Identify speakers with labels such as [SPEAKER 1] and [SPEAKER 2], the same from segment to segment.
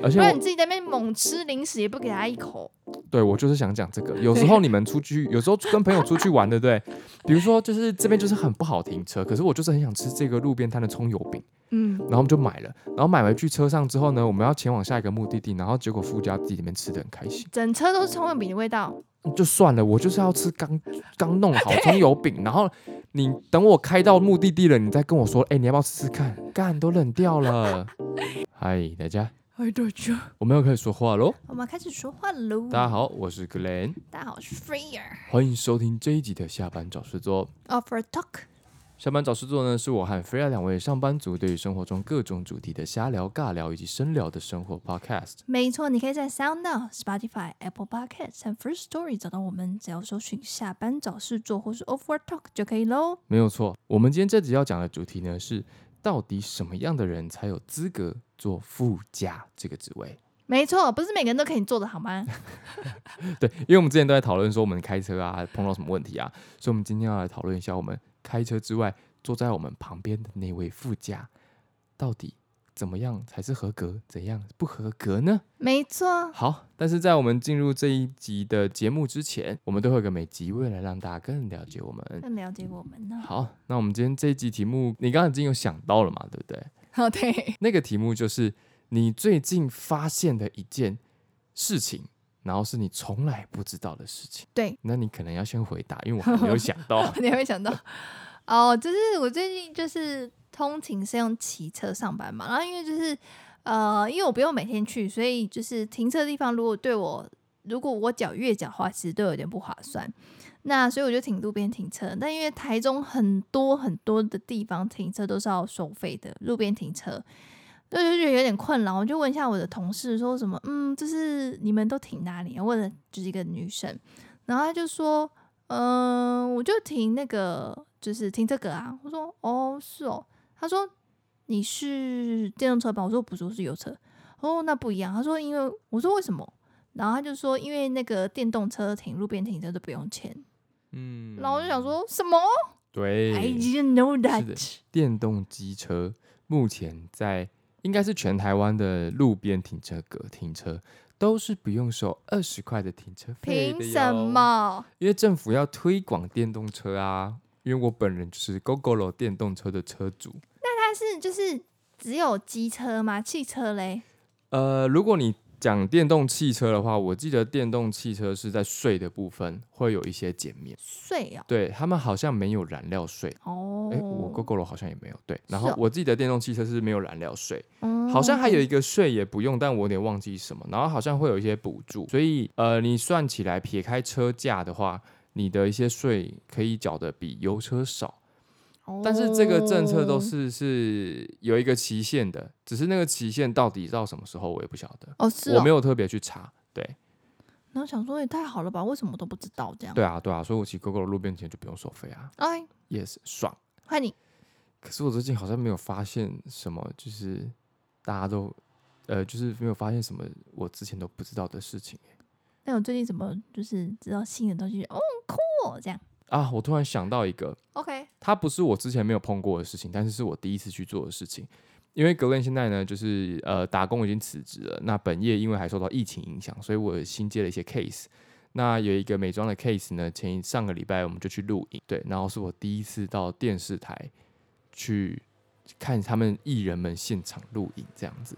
[SPEAKER 1] 而且
[SPEAKER 2] 不
[SPEAKER 1] 我
[SPEAKER 2] 然你自己在那边猛吃零食也不给他一口，
[SPEAKER 1] 对我就是想讲这个，有时候你们出去，有时候跟朋友出去玩，对不对？比如说就是这边就是很不好停车，可是我就是很想吃这个路边摊的葱油饼，
[SPEAKER 2] 嗯，
[SPEAKER 1] 然后我们就买了，然后买回去车上之后呢，我们要前往下一个目的地，然后结果副驾自己里面吃的很开心，
[SPEAKER 2] 整车都是葱油饼的味道，
[SPEAKER 1] 就算了，我就是要吃刚刚弄好葱油饼，然后你等我开到目的地了，你再跟我说，哎、你要不要试试看？干都冷掉了，嗨大家，
[SPEAKER 2] 哎，对就
[SPEAKER 1] 我们又可以说话喽，
[SPEAKER 2] 我们开始说话喽。
[SPEAKER 1] 大家，好，我是 Glenn，
[SPEAKER 2] 大家好，我是 Freer
[SPEAKER 1] 欢迎收听这一集的下班找事做。
[SPEAKER 2] Offer Talk。
[SPEAKER 1] 下班找事做呢，是我和菲亚两位上班族对于生活中各种主题的瞎聊、尬聊以及深聊的生活 podcast。
[SPEAKER 2] 没错，你可以在 Sound On、Spotify、Apple Podcast 和 First Story 找到我们，只要搜寻“下班找事做”或是 Offer Talk 就可以喽。
[SPEAKER 1] 没有错，我们今天这集要讲的主题呢是，到底什么样的人才有资格做副驾这个职位？
[SPEAKER 2] 没错，不是每个人都可以做的好吗？
[SPEAKER 1] 对，因为我们之前都在讨论说我们开车啊碰到什么问题啊，所以我们今天要来讨论一下，我们开车之外坐在我们旁边的那位副驾，到底怎么样才是合格，怎样不合格呢？
[SPEAKER 2] 没错，
[SPEAKER 1] 好，但是在我们进入这一集的节目之前，我们都会有个每集为了让大家更了解我们。
[SPEAKER 2] 更了解我们呢。
[SPEAKER 1] 好，那我们今天这一集题目，你刚刚已经有想到了嘛，对不对？
[SPEAKER 2] 哦，对，
[SPEAKER 1] 那个题目就是你最近发现的一件事情，然后是你从来不知道的事情。
[SPEAKER 2] 对，。
[SPEAKER 1] 那你可能要先回答，因为我还没有想到
[SPEAKER 2] 你会想到哦，就是我最近就是通勤是用骑车上班嘛，然后因为就是呃，因为我不用每天去，所以就是停车的地方如果对我如果我缴月缴的话，其实对我有点不划算。那所以我就停路边停车，但因为台中很多很多的地方停车都是要收费的，路边停车。所以我就觉得有点困扰，我就问一下我的同事说什么，嗯，就是你们都停哪里啊？问了就是一个女生，然后她就说，嗯，我就停那个，就是停这个啊。我说哦，是哦。他说你是电动车吧？我说不是，我是油车。哦，那不一样。他说因为我说为什么？然后他就说因为那个电动车停路边停车都不用钱。
[SPEAKER 1] 嗯
[SPEAKER 2] 然后我就想，哎说什么？I
[SPEAKER 1] 对，
[SPEAKER 2] didn't know
[SPEAKER 1] 是的
[SPEAKER 2] that。
[SPEAKER 1] 电动机车目前在应该是全台湾的路边停车格停车都是不用收二十块的停车费的
[SPEAKER 2] 凭
[SPEAKER 1] 哟
[SPEAKER 2] 什？么？
[SPEAKER 1] 因为政府要推广电动车啊。因为我本人就是 GoGoRo 电动车的车主。
[SPEAKER 2] 但是就是只有机车吗？汽车嘞？
[SPEAKER 1] 呃，如果你讲电动汽车的话，我记得电动汽车是在税的部分会有一些减免，
[SPEAKER 2] 税哦。
[SPEAKER 1] 对他们好像没有燃料税。
[SPEAKER 2] 哦
[SPEAKER 1] 哎、我 GoGoRo 好像也没有对，然
[SPEAKER 2] 是
[SPEAKER 1] 后
[SPEAKER 2] 哦
[SPEAKER 1] 我记得电动汽车是没有燃料税，
[SPEAKER 2] 我
[SPEAKER 1] 好像还有一个税也不用，但我有点忘记什么。然后好像会有一些补助，所以呃，你算起来撇开车价的话，你的一些税可以缴的比油车少。但是这个政策
[SPEAKER 2] 哦
[SPEAKER 1] 都是是有一个期限的，只是那个期限到底到什么时候我也不晓得，
[SPEAKER 2] 哦，是
[SPEAKER 1] 我
[SPEAKER 2] 哦
[SPEAKER 1] 没。有特别去查。对
[SPEAKER 2] 然后想说也哎太好了吧？为什么都不知道这样？
[SPEAKER 1] 对啊对啊，所以我骑 GoGo 的路边停就不用收费啊
[SPEAKER 2] 哎，
[SPEAKER 1] ，yes 爽。
[SPEAKER 2] 换你。
[SPEAKER 1] 可是我最近好像没有发现什么，就是大家都呃，就是没有发现什么我之前都不知道的事情。
[SPEAKER 2] 但我最近怎么就是知道新的东西，哦，酷哦，这样。
[SPEAKER 1] 啊，我突然想到一个，
[SPEAKER 2] OK，
[SPEAKER 1] 它不是我之前没有碰过的事情，但是是我第一次去做的事情。因为格伦现在呢，就是呃打工已经辞职了，那本业因为还受到疫情影响，所以我新接了一些 case。那有一个美妆的 case 呢，前一上个礼拜我们就去录影，对，然后是我第一次到电视台去看他们艺人们现场录影这样子。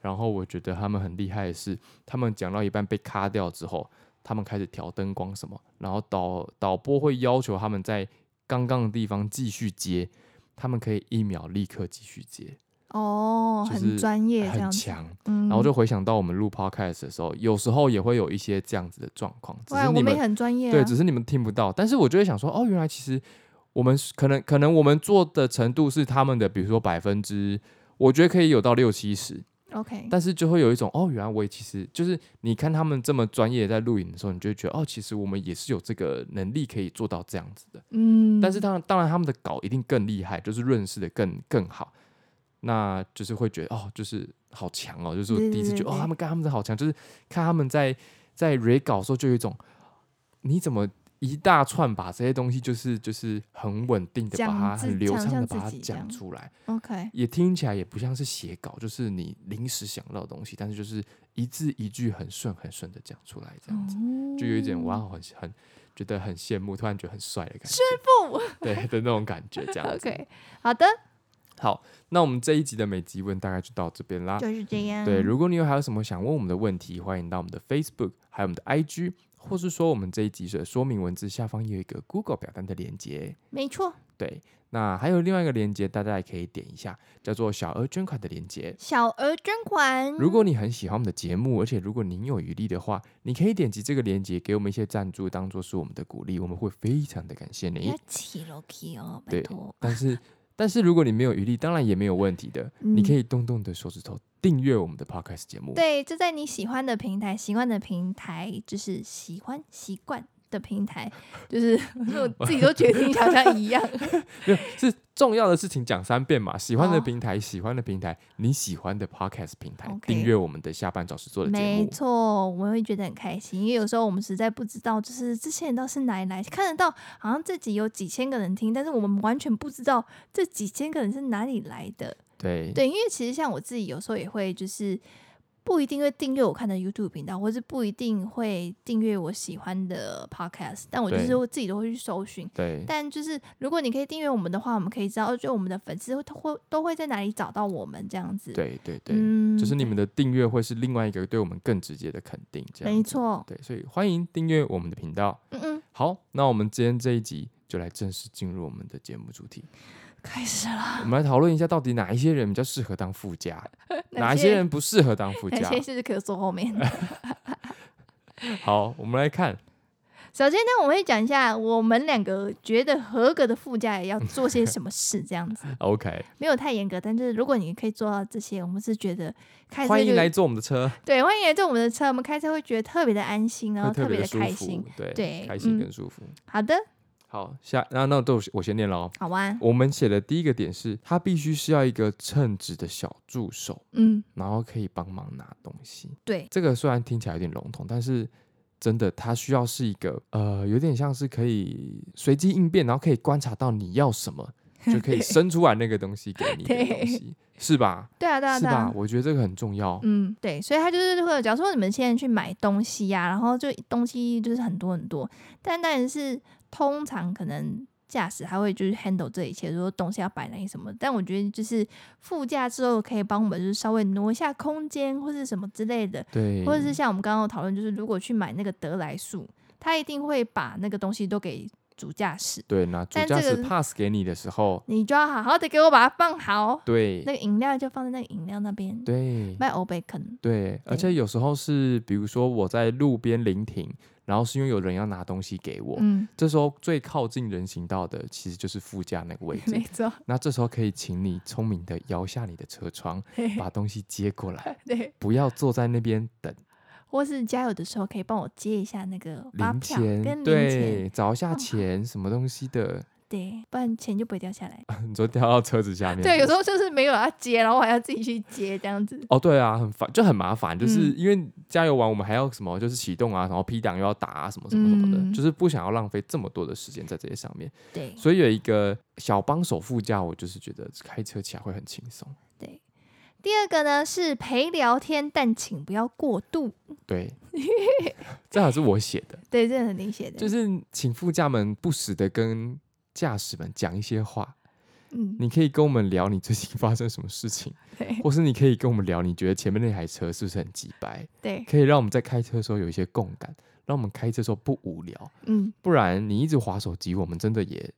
[SPEAKER 1] 然后我觉得他们很厉害的是，他们讲到一半被卡掉之后，他们开始调灯光什么，然后导导播会要求他们在刚刚的地方继续接，他们可以一秒立刻继续接，
[SPEAKER 2] 哦，
[SPEAKER 1] 就
[SPEAKER 2] 很
[SPEAKER 1] 是
[SPEAKER 2] 专业这
[SPEAKER 1] 很
[SPEAKER 2] 样子。
[SPEAKER 1] 强。
[SPEAKER 2] 嗯，
[SPEAKER 1] 然后就回想到我们录 podcast 的时候，有时候也会有一些这样子的状况，只
[SPEAKER 2] 哇，
[SPEAKER 1] 是
[SPEAKER 2] 我
[SPEAKER 1] 你
[SPEAKER 2] 们
[SPEAKER 1] 们
[SPEAKER 2] 也很专业、啊。
[SPEAKER 1] 对，只是你们听不到。但是我就会想说，哦，原来其实我们是可能可能我们做的程度是他们的，比如说百分之，我觉得可以有到六七十，
[SPEAKER 2] OK，
[SPEAKER 1] 但是就会有一种哦，原来我也其实就是你看他们这么专业在录影的时候，你就会觉得哦，其实我们也是有这个能力可以做到这样子的。
[SPEAKER 2] 嗯，
[SPEAKER 1] 但是当然，当然他们的稿一定更厉害，就是润饰的更更好，那就是会觉得哦，就是好强哦，就是我
[SPEAKER 2] 对
[SPEAKER 1] 第一次
[SPEAKER 2] 对
[SPEAKER 1] 觉得
[SPEAKER 2] 对
[SPEAKER 1] 哦，
[SPEAKER 2] 对
[SPEAKER 1] 他们干他们真的好强，就是看他们在在 re 稿的时候就有一种你怎么一大串把这些东西就是就是很稳定的把它
[SPEAKER 2] 讲自
[SPEAKER 1] 很流畅的把
[SPEAKER 2] 讲
[SPEAKER 1] 它
[SPEAKER 2] 自己这样
[SPEAKER 1] 讲出来，
[SPEAKER 2] OK，
[SPEAKER 1] 也听起来也不像是写稿，就是你临时想到的东西，但是就是一字一句很顺很顺的讲出来，这样子 就有一
[SPEAKER 2] 嗯
[SPEAKER 1] 点哇，很很觉得很羡慕，突然觉得很帅的感觉，
[SPEAKER 2] 不
[SPEAKER 1] 对 的那种感觉，这样子。
[SPEAKER 2] OK，好的，
[SPEAKER 1] 好，那我们这一集的每集问大概就到这边啦。
[SPEAKER 2] 就是这样。
[SPEAKER 1] 啊嗯对，如果你有还有什么想问我们的问题，欢迎到我们的 Facebook，还有我们的 IG，或是说我们这一集的说明文字下方也有一个 Google 表单的连接。
[SPEAKER 2] 没错，
[SPEAKER 1] 对，那还有另外一个连接，大家也可以点一下，叫做小额捐款的连接。
[SPEAKER 2] 小额捐款，
[SPEAKER 1] 如果你很喜欢我们的节目，而且如果您有余力的话，你可以点击这个链接给我们一些赞助，当做是我们的鼓励，我们会非常的感谢
[SPEAKER 2] 不
[SPEAKER 1] 您
[SPEAKER 2] 要。起楼梯哦，拜
[SPEAKER 1] 对
[SPEAKER 2] 托，
[SPEAKER 1] 但是，但是如果你没有余力，当然也没有问题的，你可
[SPEAKER 2] 嗯
[SPEAKER 1] 以动动你的手指头订阅我们的 podcast 节目。
[SPEAKER 2] 对，就在你喜欢的平台、习惯的平台，就是喜欢习惯的平台，就是 我自己都觉得听起来好像一样。
[SPEAKER 1] 没有是重要的事情讲三遍嘛，喜欢的
[SPEAKER 2] 哦
[SPEAKER 1] 平台，喜欢的平台，你喜欢的 podcast 平台，
[SPEAKER 2] OK
[SPEAKER 1] 订阅我们的下半小时做的节
[SPEAKER 2] 没
[SPEAKER 1] 目。
[SPEAKER 2] 错，我们会觉得很开心，因为有时候我们实在不知道，就是这些人到底是哪里来，看得到好像这集有几千个人听，但是我们完全不知道这几千个人是哪里来的。
[SPEAKER 1] 对
[SPEAKER 2] 对，因为其实像我自己有时候也会就是。不一定会订阅我看的 YouTube 频道，或是不一定会订阅我喜欢的 Podcast，但我就
[SPEAKER 1] 对
[SPEAKER 2] 是会自己都会去搜寻。
[SPEAKER 1] 对
[SPEAKER 2] 但就是如果你可以订阅我们的话，我们可以知道，哦就我们的粉丝会都会都会在哪里找到我们这样子。，
[SPEAKER 1] 对对对，
[SPEAKER 2] 嗯
[SPEAKER 1] 就是你们的订阅会是另外一个对我们更直接的肯定，这
[SPEAKER 2] 对
[SPEAKER 1] 样
[SPEAKER 2] 没
[SPEAKER 1] 子。
[SPEAKER 2] 错，
[SPEAKER 1] 对，所以欢迎订阅我们的频道。
[SPEAKER 2] 嗯嗯，
[SPEAKER 1] 好，那我们今天这一集就来正式进入我们的节目主题，
[SPEAKER 2] 开始了，
[SPEAKER 1] 我们来讨论一下到底哪一些人比较适合当副家， 哪一些人不适合当副
[SPEAKER 2] 哪
[SPEAKER 1] 家
[SPEAKER 2] 些。是可以坐 后面的？
[SPEAKER 1] 好，我们来看，
[SPEAKER 2] 首先呢，我会讲一下我们两个觉得合格的副驾要做些什么事，这样子
[SPEAKER 1] OK，
[SPEAKER 2] 没有太严格，但是如果你可以做到这些，我们是觉得开车
[SPEAKER 1] 欢
[SPEAKER 2] 哎就
[SPEAKER 1] 迎来坐我们的车，
[SPEAKER 2] 对，欢迎来坐我们的车，我们开车会觉得特别的安心，然
[SPEAKER 1] 会
[SPEAKER 2] 后
[SPEAKER 1] 特
[SPEAKER 2] 别
[SPEAKER 1] 别
[SPEAKER 2] 的
[SPEAKER 1] 舒
[SPEAKER 2] 开心
[SPEAKER 1] 服。，对
[SPEAKER 2] 对
[SPEAKER 1] 开心
[SPEAKER 2] 嗯
[SPEAKER 1] 跟舒服。
[SPEAKER 2] 好的，
[SPEAKER 1] 好，下那那都我先念了哦。
[SPEAKER 2] 好啊，
[SPEAKER 1] 我们写的第一个点是，他必须是要一个称职的小助手，
[SPEAKER 2] 嗯，
[SPEAKER 1] 然后可以帮忙拿东西。
[SPEAKER 2] 对，
[SPEAKER 1] 这个虽然听起来有点笼统，但是真的，他需要是一个呃，有点像是可以随机应变，然后可以观察到你要什么，就 可以生出来那个东西给你的东西，是吧？
[SPEAKER 2] 对啊，对啊，
[SPEAKER 1] 是
[SPEAKER 2] 对
[SPEAKER 1] 吧
[SPEAKER 2] 啊？。
[SPEAKER 1] 我觉得这个很重要。
[SPEAKER 2] 嗯，对，所以他就是会有，假如说你们现在去买东西呀、然后就东西就是很多很多，但当然是通常可能驾驶他会就是 handle 这一切，说东西要摆哪里什么，但我觉得就是副驾之后可以帮我们就是稍微挪一下空间或是什么之类的，
[SPEAKER 1] 对，
[SPEAKER 2] 或者是像我们刚刚有讨论，就是如果去买那个得来速，他一定会把那个东西都给主驾驶，
[SPEAKER 1] 对，那主
[SPEAKER 2] 但
[SPEAKER 1] 驾
[SPEAKER 2] 这
[SPEAKER 1] 驶
[SPEAKER 2] 个
[SPEAKER 1] pass 给你的时候，
[SPEAKER 2] 你就要好好的给我把它放好，
[SPEAKER 1] 对
[SPEAKER 2] 那个饮料就放在那个饮料那边，
[SPEAKER 1] 对
[SPEAKER 2] 卖欧贝肯，
[SPEAKER 1] 对，而
[SPEAKER 2] 对
[SPEAKER 1] 且有时候是，比如说我在路边临停，然后是因为有人要拿东西给我，
[SPEAKER 2] 嗯，
[SPEAKER 1] 这时候最靠近人行道的其实就是副驾那个位置
[SPEAKER 2] 没。错，
[SPEAKER 1] 那这时候可以请你聪明的摇下你的车窗，
[SPEAKER 2] 嘿嘿
[SPEAKER 1] 把东西接过来，
[SPEAKER 2] 对。
[SPEAKER 1] 不要坐在那边等
[SPEAKER 2] 或是加油的时候可以帮我接一下那个发
[SPEAKER 1] 零
[SPEAKER 2] 票跟
[SPEAKER 1] 钱，
[SPEAKER 2] 零钱，
[SPEAKER 1] 对，找一下
[SPEAKER 2] 哦
[SPEAKER 1] 钱什么东西的，
[SPEAKER 2] 对，不然钱就不会掉下来。
[SPEAKER 1] 你说掉到车子下面。
[SPEAKER 2] 对，有时候就是没有要接，然后我还要自己去接这样子。
[SPEAKER 1] 哦，对啊，很烦，就很麻烦，就是
[SPEAKER 2] 嗯
[SPEAKER 1] 因为加油完我们还要什么，就是启动啊，然后 P 档又要打啊，什么什么什么的，
[SPEAKER 2] 嗯
[SPEAKER 1] 就是不想要浪费这么多的时间在这些上面。
[SPEAKER 2] 对
[SPEAKER 1] 所以有一个小帮手副驾，我就是觉得开车起来会很轻松。
[SPEAKER 2] 对。第二个呢是陪聊天，但请不要过度。
[SPEAKER 1] 对，这还是我写的，
[SPEAKER 2] 对，这很明显的，
[SPEAKER 1] 就是请副驾们不时的跟驾驶们讲一些话。
[SPEAKER 2] 嗯，
[SPEAKER 1] 你可以跟我们聊你最近发生什么事情，
[SPEAKER 2] 对
[SPEAKER 1] 或是你可以跟我们聊你觉得前面那台车是不是很鸡掰，
[SPEAKER 2] 对，
[SPEAKER 1] 可以让我们在开车的时候有一些共感，让我们开车的时候不无聊。
[SPEAKER 2] 嗯
[SPEAKER 1] 不然你一直划手机，我们真的也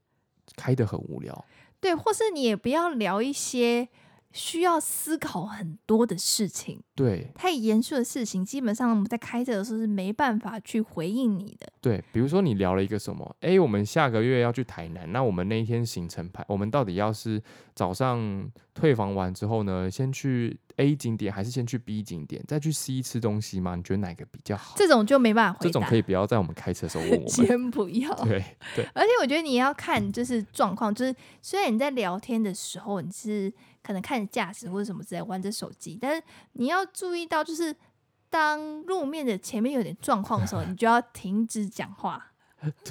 [SPEAKER 1] 开得很无聊。
[SPEAKER 2] 对，或是你也不要聊一些需要思考很多的事情，
[SPEAKER 1] 对
[SPEAKER 2] 太严肃的事情，基本上我们在开车的时候是没办法去回应你的。
[SPEAKER 1] 对，比如说你聊了一个什么，诶，我们下个月要去台南，那我们那一天行程排，我们到底要是早上退房完之后呢，先去 A 景点，还是先去 B 景点，再去 C 吃东西吗？你觉得哪个比较好？
[SPEAKER 2] 这种就没办法
[SPEAKER 1] 这
[SPEAKER 2] 回
[SPEAKER 1] 种
[SPEAKER 2] 答，
[SPEAKER 1] 可以不要在我们开车的时候问我们。
[SPEAKER 2] 先不要。
[SPEAKER 1] 对对
[SPEAKER 2] 而且我觉得你要看就是状况，就是虽然你在聊天的时候你是可能看着驾驶或者什么之类玩着手机，但是你要注意到就是当路面的前面有点状况的时候，你就要停止讲话。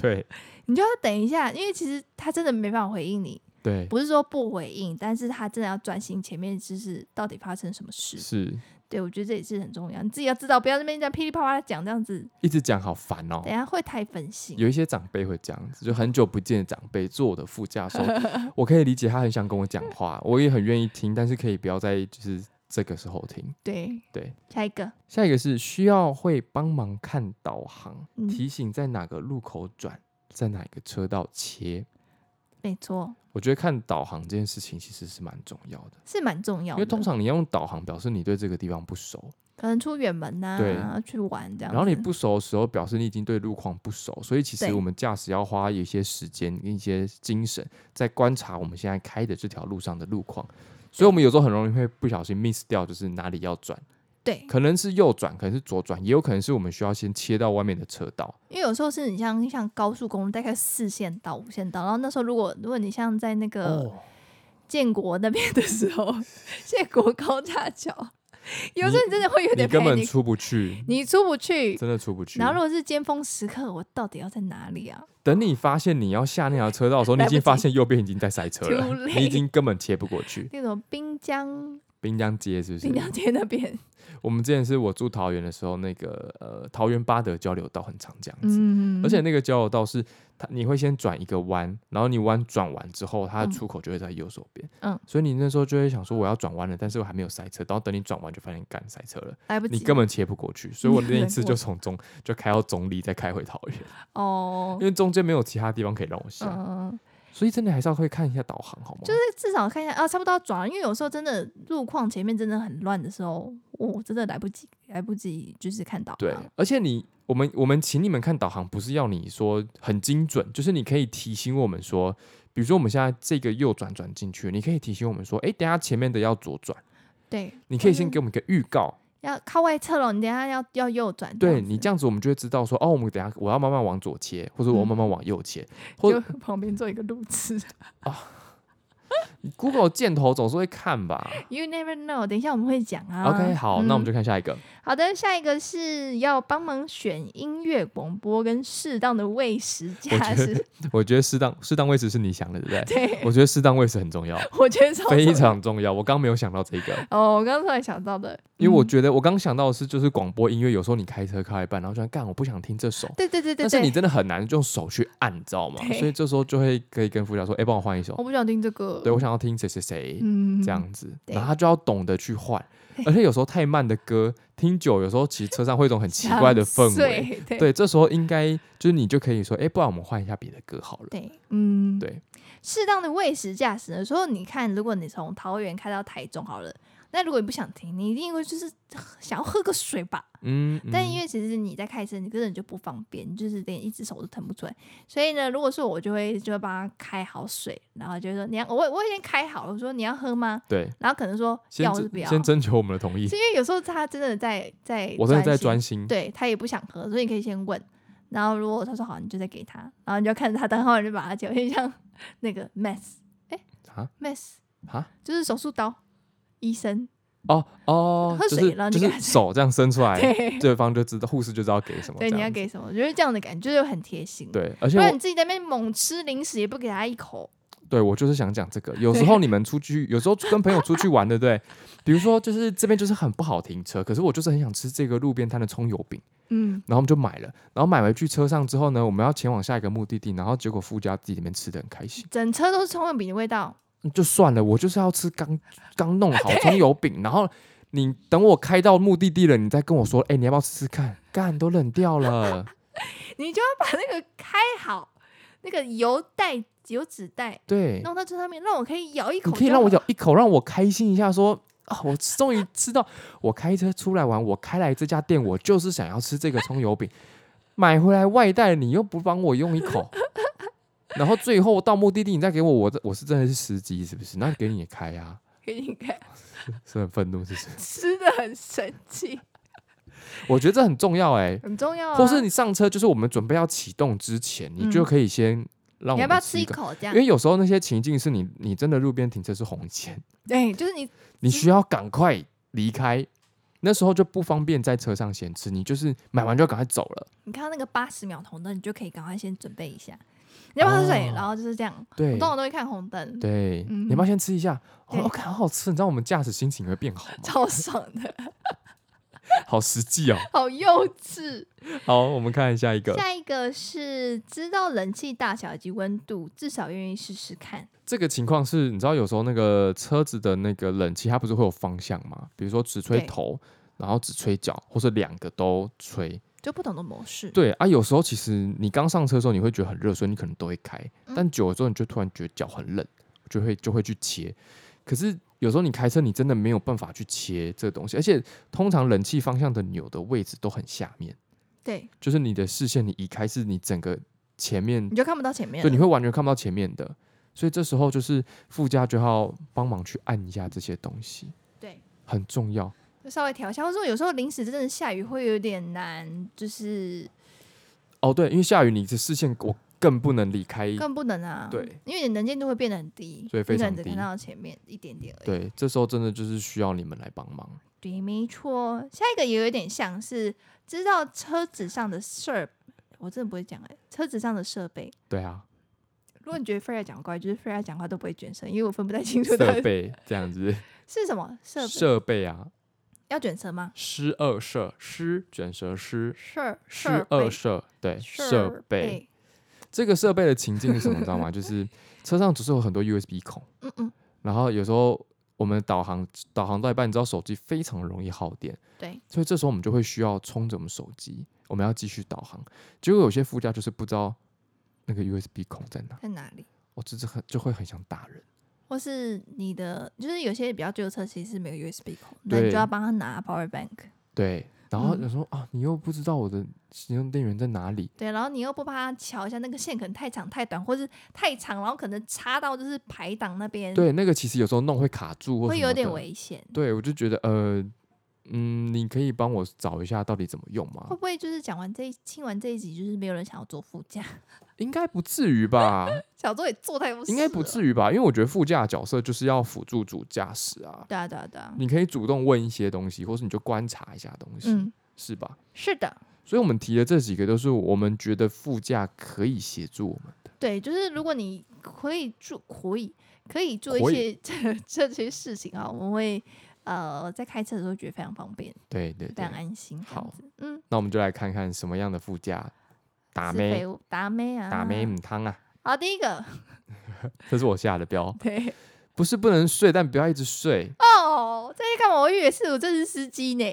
[SPEAKER 1] 对
[SPEAKER 2] 你就要等一下，因为其实他真的没办法回应你，
[SPEAKER 1] 对
[SPEAKER 2] 不是说不回应，但是他真的要专心前面就是到底发生什么事。
[SPEAKER 1] 是，
[SPEAKER 2] 对，我觉得这也是很重要，你自己要知道，不要在那边这样噼里啪啦讲这样子，
[SPEAKER 1] 一直讲好烦哦
[SPEAKER 2] 等。一下会太分心。
[SPEAKER 1] 有一些长辈会这样子，就很久不见的长辈坐我的副驾的时 候，我可以理解他很想跟我讲话，我也很愿意听，但是可以不要在就是这个时候听。
[SPEAKER 2] 对
[SPEAKER 1] 对，
[SPEAKER 2] 下一个，
[SPEAKER 1] 下一个是需要会帮忙看导航，
[SPEAKER 2] 嗯
[SPEAKER 1] 提醒在哪个路口转，在哪个车道切。
[SPEAKER 2] 没错，
[SPEAKER 1] 我觉得看导航这件事情其实是蛮重要的，
[SPEAKER 2] 是蛮重要
[SPEAKER 1] 因
[SPEAKER 2] 的。
[SPEAKER 1] 为通常你要用导航表示你对这个地方不熟，
[SPEAKER 2] 可能出远门呐、
[SPEAKER 1] 对
[SPEAKER 2] 去玩这样子。
[SPEAKER 1] 然后你不熟的时候表示你已经对路况不熟，所以其实
[SPEAKER 2] 对
[SPEAKER 1] 我们驾驶要花一些时间跟一些精神在观察我们现在开的这条路上的路况，所以我们有时候很容易会不小心 miss 掉，就是哪里要转，
[SPEAKER 2] 对，
[SPEAKER 1] 可能是右转，可能是左转，也有可能是我们需要先切到外面的车道。
[SPEAKER 2] 因为有时候是你像像高速公路，大概四线道、五线道，然后那时候如果如果你像在那个
[SPEAKER 1] 哦，
[SPEAKER 2] 建国那边的时候， 建国高架桥，有时候你真的会 有
[SPEAKER 1] 你
[SPEAKER 2] 点
[SPEAKER 1] 根本
[SPEAKER 2] panic，
[SPEAKER 1] 出不去，
[SPEAKER 2] 你出不去。
[SPEAKER 1] 真的出不去。
[SPEAKER 2] 然后如果是尖峰时刻，我到底要在哪里啊？
[SPEAKER 1] 等你发现你要下那条车道的时候，你
[SPEAKER 2] 来
[SPEAKER 1] 已
[SPEAKER 2] 不
[SPEAKER 1] 经发
[SPEAKER 2] 及
[SPEAKER 1] 现右边已经在塞车
[SPEAKER 2] Too
[SPEAKER 1] 了，
[SPEAKER 2] late
[SPEAKER 1] 你已经根本切不过去。
[SPEAKER 2] 那种滨江
[SPEAKER 1] 滨江街是不
[SPEAKER 2] 滨
[SPEAKER 1] 是？
[SPEAKER 2] 江街那边，
[SPEAKER 1] 我们之前是我住桃园的时候，那个呃桃园八德交流道很常这样子，
[SPEAKER 2] 嗯，
[SPEAKER 1] 而且那个交流道是它你会先转一个弯，然后你弯转完之后，它的
[SPEAKER 2] 嗯
[SPEAKER 1] 出口就会在右手边，
[SPEAKER 2] 嗯
[SPEAKER 1] 所以你那时候就会想说我要转弯了，但是我还没有塞车，然后等你转弯就发现干塞车了，
[SPEAKER 2] 来不及，
[SPEAKER 1] 你根本切不过去，所以我那一次
[SPEAKER 2] 难
[SPEAKER 1] 就
[SPEAKER 2] 过
[SPEAKER 1] 从中就开到中立，再开回桃园，
[SPEAKER 2] 哦
[SPEAKER 1] 因，为啊中间没有其他地方可以让我下，
[SPEAKER 2] 嗯，
[SPEAKER 1] 所以真的还是要会看一下导航好吗？
[SPEAKER 2] 就是至少看一下啊，差不多要转了，因为有时候真的路况前面真的很乱的时候，我、真的来不及，来不及就是看导
[SPEAKER 1] 对
[SPEAKER 2] 航，，
[SPEAKER 1] 而且你我们我们请你们看导航，不是要你说很精准，就是你可以提醒我们说，比如说我们现在这个右转转进去，你可以提醒我们说，哎，等一下前面的要左转，
[SPEAKER 2] 对，
[SPEAKER 1] 你可以
[SPEAKER 2] 或是
[SPEAKER 1] 先给我们一个预告，
[SPEAKER 2] 要靠外侧了，你等一下要要右转，
[SPEAKER 1] 对你这
[SPEAKER 2] 样
[SPEAKER 1] 样子我们就会知道说，哦，我们等一下我要慢慢往左切，或者我要慢慢往右切，或
[SPEAKER 2] 子
[SPEAKER 1] 者
[SPEAKER 2] 就 旁边做一个路痴嗯
[SPEAKER 1] 你 Google 箭头总是会看吧。
[SPEAKER 2] ，You never know，等一下我们会讲啊
[SPEAKER 1] OK，好，那我们就
[SPEAKER 2] 就
[SPEAKER 1] 看下一个。
[SPEAKER 2] 好的，下一个是要帮忙选音乐广播跟适当的喂食驾驶，
[SPEAKER 1] 我觉得适当适当位置是你想的，对不对？
[SPEAKER 2] 对，
[SPEAKER 1] 我觉得适当位置很重要，
[SPEAKER 2] 我觉得超
[SPEAKER 1] 非
[SPEAKER 2] 重要
[SPEAKER 1] 常重要。我刚没有想到这个。
[SPEAKER 2] 哦，我刚刚突然想到的，
[SPEAKER 1] 因为我
[SPEAKER 2] 嗯
[SPEAKER 1] 觉得我刚想到的是，就是广播音乐，有时候你开车开到一半，然后突然干，我不想听这首，
[SPEAKER 2] 对对对对
[SPEAKER 1] 但是你
[SPEAKER 2] 对，
[SPEAKER 1] 真的很难用手去按，你知道吗？
[SPEAKER 2] 对
[SPEAKER 1] 所以这时候就会可以跟副驾说：“哎、帮我换一首
[SPEAKER 2] 我，不想听这个，
[SPEAKER 1] 对我想要听谁谁谁
[SPEAKER 2] 嗯，
[SPEAKER 1] 这样子。”
[SPEAKER 2] 对
[SPEAKER 1] 然后他就要懂得去换
[SPEAKER 2] 对，
[SPEAKER 1] 而且有时候太慢的歌听久，有时候其实车上会有一种很奇怪的氛围。
[SPEAKER 2] 对对
[SPEAKER 1] 对，这时候应该就是你就可以说：“哎、不然我们换一下别的歌好了。
[SPEAKER 2] 对，嗯，
[SPEAKER 1] 对，
[SPEAKER 2] 适当的喂食驾驶的时候，你看，如果你从桃园开到台中好了，那如果你不想停，你一定会就是呃想要喝个水吧。
[SPEAKER 1] 嗯”嗯，
[SPEAKER 2] 但因为其实你在开车，你根本就不方便，你就是连一只手都腾不出来。所以呢，如果是我，就会就会帮他开好水，然后就会说你要我我已经开好了，我说你要喝吗？
[SPEAKER 1] 对，
[SPEAKER 2] 然后可能说
[SPEAKER 1] 先
[SPEAKER 2] 要是
[SPEAKER 1] 征
[SPEAKER 2] 不要，
[SPEAKER 1] 先
[SPEAKER 2] 是
[SPEAKER 1] 征求我们的同意
[SPEAKER 2] 因，为有时候他真的在在
[SPEAKER 1] 我真的在
[SPEAKER 2] 心
[SPEAKER 1] 专心。
[SPEAKER 2] 对他也不想喝，所以你可以先问。然后如果他说好，你就再给他，然后你就看着他，然后你就把他叫，就像 那个 mess
[SPEAKER 1] 啊
[SPEAKER 2] mess
[SPEAKER 1] 啊！
[SPEAKER 2] 就是手术刀医生，
[SPEAKER 1] 哦哦，
[SPEAKER 2] 喝
[SPEAKER 1] 就是
[SPEAKER 2] 水然后
[SPEAKER 1] 就
[SPEAKER 2] 你给
[SPEAKER 1] 是
[SPEAKER 2] 他水
[SPEAKER 1] 手这样伸出来，
[SPEAKER 2] 对
[SPEAKER 1] 对方就知道护士就知道给什么哦这样
[SPEAKER 2] 对，
[SPEAKER 1] 子。
[SPEAKER 2] 你要给什么？我觉得这样的感觉就很贴心。，
[SPEAKER 1] 对，而且
[SPEAKER 2] 不然
[SPEAKER 1] 我
[SPEAKER 2] 你自己在那边猛吃零食，也不给他一口，
[SPEAKER 1] 对我就是想讲这个，有时候你们出去，有时候跟朋友出去玩，对不对？比如说就是这边就是很不好停车，可是我就是很想吃这个路边摊的葱油饼，
[SPEAKER 2] 嗯，
[SPEAKER 1] 然后我们就买了，然后买回去车上之后呢，我们要前往下一个目的地，然后结果副驾自己里面吃的很开心，
[SPEAKER 2] 整车都是葱油饼的味道。
[SPEAKER 1] 就算了，我就是要吃刚刚弄好葱油饼，然后。你等我开到目的地了，你再跟我说，哎、你要不要试试看？干都冷掉了。
[SPEAKER 2] 你就要把那个开好，那个油袋、油纸袋
[SPEAKER 1] 对，
[SPEAKER 2] 弄到这上面，让我可以咬一口
[SPEAKER 1] 哎你
[SPEAKER 2] 就好。
[SPEAKER 1] 可以让我咬一口，让我开心一下说。啊！我终于吃到，我开车出来玩，我开来这家店，我就是想要吃这个葱油饼，买回来外带，你又不帮我用一口， 然后最后到目的地你再给我，我这我是真的是司机是不是？那给你也开啊，
[SPEAKER 2] 给你看，
[SPEAKER 1] 是很愤怒是不是？
[SPEAKER 2] 吃的很神 奇，
[SPEAKER 1] 我觉得这很重要哎、
[SPEAKER 2] 很重要啊。
[SPEAKER 1] 或是你上车就是我们准备要启动之前，你就
[SPEAKER 2] 嗯
[SPEAKER 1] 可以先让我
[SPEAKER 2] 你
[SPEAKER 1] 们
[SPEAKER 2] 要不要
[SPEAKER 1] 吃
[SPEAKER 2] 吃
[SPEAKER 1] 一
[SPEAKER 2] 一
[SPEAKER 1] 个，
[SPEAKER 2] 口这
[SPEAKER 1] 因
[SPEAKER 2] 样？
[SPEAKER 1] 为有时候那些情境是你你真的路边停车是红线，
[SPEAKER 2] 对，就是你
[SPEAKER 1] 你需要赶快离开，那时候就不方便在车上先吃，你就是买完就要赶快走了。
[SPEAKER 2] 你看到那个八十秒红灯，你就可以赶快先准备一下，你要不要喝水？
[SPEAKER 1] 哦
[SPEAKER 2] 然后就是这样，我
[SPEAKER 1] 对
[SPEAKER 2] 通常都会看红灯，
[SPEAKER 1] 对，
[SPEAKER 2] 嗯
[SPEAKER 1] 你要不要先吃一下？
[SPEAKER 2] 对
[SPEAKER 1] 哦，看、好好吃，你知道我们驾驶心情会变好 吗？
[SPEAKER 2] 超爽的，
[SPEAKER 1] 好实际哦。
[SPEAKER 2] 好幼稚。
[SPEAKER 1] 好，我们看下一个，
[SPEAKER 2] 下一个是知道冷气大小以及温度，至少愿意试试看。
[SPEAKER 1] 这个情况是，你知道有时候那个车子的那个冷气，它不是会有方向吗？比如说只吹
[SPEAKER 2] 对
[SPEAKER 1] 头，然后只吹脚，或是两个都吹。
[SPEAKER 2] 就不同的模式，
[SPEAKER 1] 对啊，有时候其实你刚上车的时候，你会觉得很热，所以你可能都会开，
[SPEAKER 2] 嗯
[SPEAKER 1] 但久了之后，你就突然觉得脚很冷，就会就会去切。可是有时候你开车，你真的没有办法去切这个东西，而且通常冷气方向的钮的位置都很下面，
[SPEAKER 2] 对，
[SPEAKER 1] 就是你的视线你移开，是你整个前面
[SPEAKER 2] 你就看不到前面了。
[SPEAKER 1] 对，你会完全看不到前面的，所以这时候就是副驾就要帮忙去按一下这些东西，
[SPEAKER 2] 对，
[SPEAKER 1] 很重要。
[SPEAKER 2] 就稍微调一下，或者说有时候临时真的下雨会有点难，就是
[SPEAKER 1] 哦，对，因为下雨，你的视线我更不能离开。
[SPEAKER 2] 更不能啊。
[SPEAKER 1] 对，
[SPEAKER 2] 因为你能见度会变得很低，
[SPEAKER 1] 所以非
[SPEAKER 2] 你可
[SPEAKER 1] 常
[SPEAKER 2] 能只
[SPEAKER 1] 低
[SPEAKER 2] 看到前面一点点而已。
[SPEAKER 1] 对，这时候真的就是需要你们来帮忙。
[SPEAKER 2] 对，没错。下一个也有一点像是知道车子上的设，我真的不会讲哎、车子上的设备。
[SPEAKER 1] 对 啊，
[SPEAKER 2] 如果你觉得菲尔讲怪，就是菲尔讲话都不会卷舌，因为我分不太清楚到
[SPEAKER 1] 设
[SPEAKER 2] 底
[SPEAKER 1] 备这样子，
[SPEAKER 2] 是什么设备，
[SPEAKER 1] 设备啊，
[SPEAKER 2] 要卷舌吗？
[SPEAKER 1] 湿二设湿卷舌湿
[SPEAKER 2] 设
[SPEAKER 1] 湿
[SPEAKER 2] 设备
[SPEAKER 1] 二设对
[SPEAKER 2] 设
[SPEAKER 1] 设备。，这个设备的情境是什么？你知道吗？就是车上只是有很多 USB 孔，
[SPEAKER 2] 嗯嗯，
[SPEAKER 1] 然后有时候我们导航导航到一半，你知道手机非常容易耗电。
[SPEAKER 2] 对，
[SPEAKER 1] 所以这时候我们就会需要充着我们手机，我们要继续导航。结果有些副驾就是不知道那个 USB 孔在哪，
[SPEAKER 2] 在哪里？
[SPEAKER 1] 哦，这这很就会很想打人。
[SPEAKER 2] 或是你的，就是有些比较旧的车其实是没有 USB 孔，那你
[SPEAKER 1] 对
[SPEAKER 2] 就要帮他拿 power bank。
[SPEAKER 1] 对，然后
[SPEAKER 2] 嗯
[SPEAKER 1] 有时候、啊，你又不知道我的行动电源在哪里，
[SPEAKER 2] 对，然后你又不帮他瞧一下那个线可能太长太短，或是太长，然后可能插到就是排档那边，
[SPEAKER 1] 对，那个其实有时候弄会卡住或
[SPEAKER 2] 嗯会
[SPEAKER 1] 什么
[SPEAKER 2] 有点
[SPEAKER 1] 的。
[SPEAKER 2] 危险。
[SPEAKER 1] 对，我就觉得呃，嗯，你可以帮我找一下到底怎么用
[SPEAKER 2] 会
[SPEAKER 1] 吗？
[SPEAKER 2] 不会就是讲完这一听完这一集，就是没有人想要坐副驾？
[SPEAKER 1] 应该不至于吧？
[SPEAKER 2] 小周也坐太不，
[SPEAKER 1] 应该不。
[SPEAKER 2] 啊
[SPEAKER 1] 至于吧？因为我觉得副驾的角色就是要辅助主驾驶啊，
[SPEAKER 2] 对啊，对啊，对啊。
[SPEAKER 1] 你可以主动问一些东西，或是你就观察一下东西，
[SPEAKER 2] 嗯，
[SPEAKER 1] 是吧？
[SPEAKER 2] 是的，
[SPEAKER 1] 所以我们提的这几个都是我们觉得副驾可以协助我们的。
[SPEAKER 2] 对，就是如果你可以做，可以可以做一
[SPEAKER 1] 可
[SPEAKER 2] 些 这这些事情啊，我们会呃在开车的时候觉得非常方便，
[SPEAKER 1] 对对
[SPEAKER 2] 非
[SPEAKER 1] 对
[SPEAKER 2] 常。安心。这样
[SPEAKER 1] 好
[SPEAKER 2] 子，嗯，
[SPEAKER 1] 那我们就来看看什么样的副驾打
[SPEAKER 2] 是
[SPEAKER 1] 妹
[SPEAKER 2] 北欧达妹啊，
[SPEAKER 1] 打妹。母汤啊，
[SPEAKER 2] 好，第一个，
[SPEAKER 1] 这是我下的标，
[SPEAKER 2] 对，
[SPEAKER 1] 不是不能睡，但不要一直睡。
[SPEAKER 2] 哦，这些干嘛？我以为是我这是司机呢。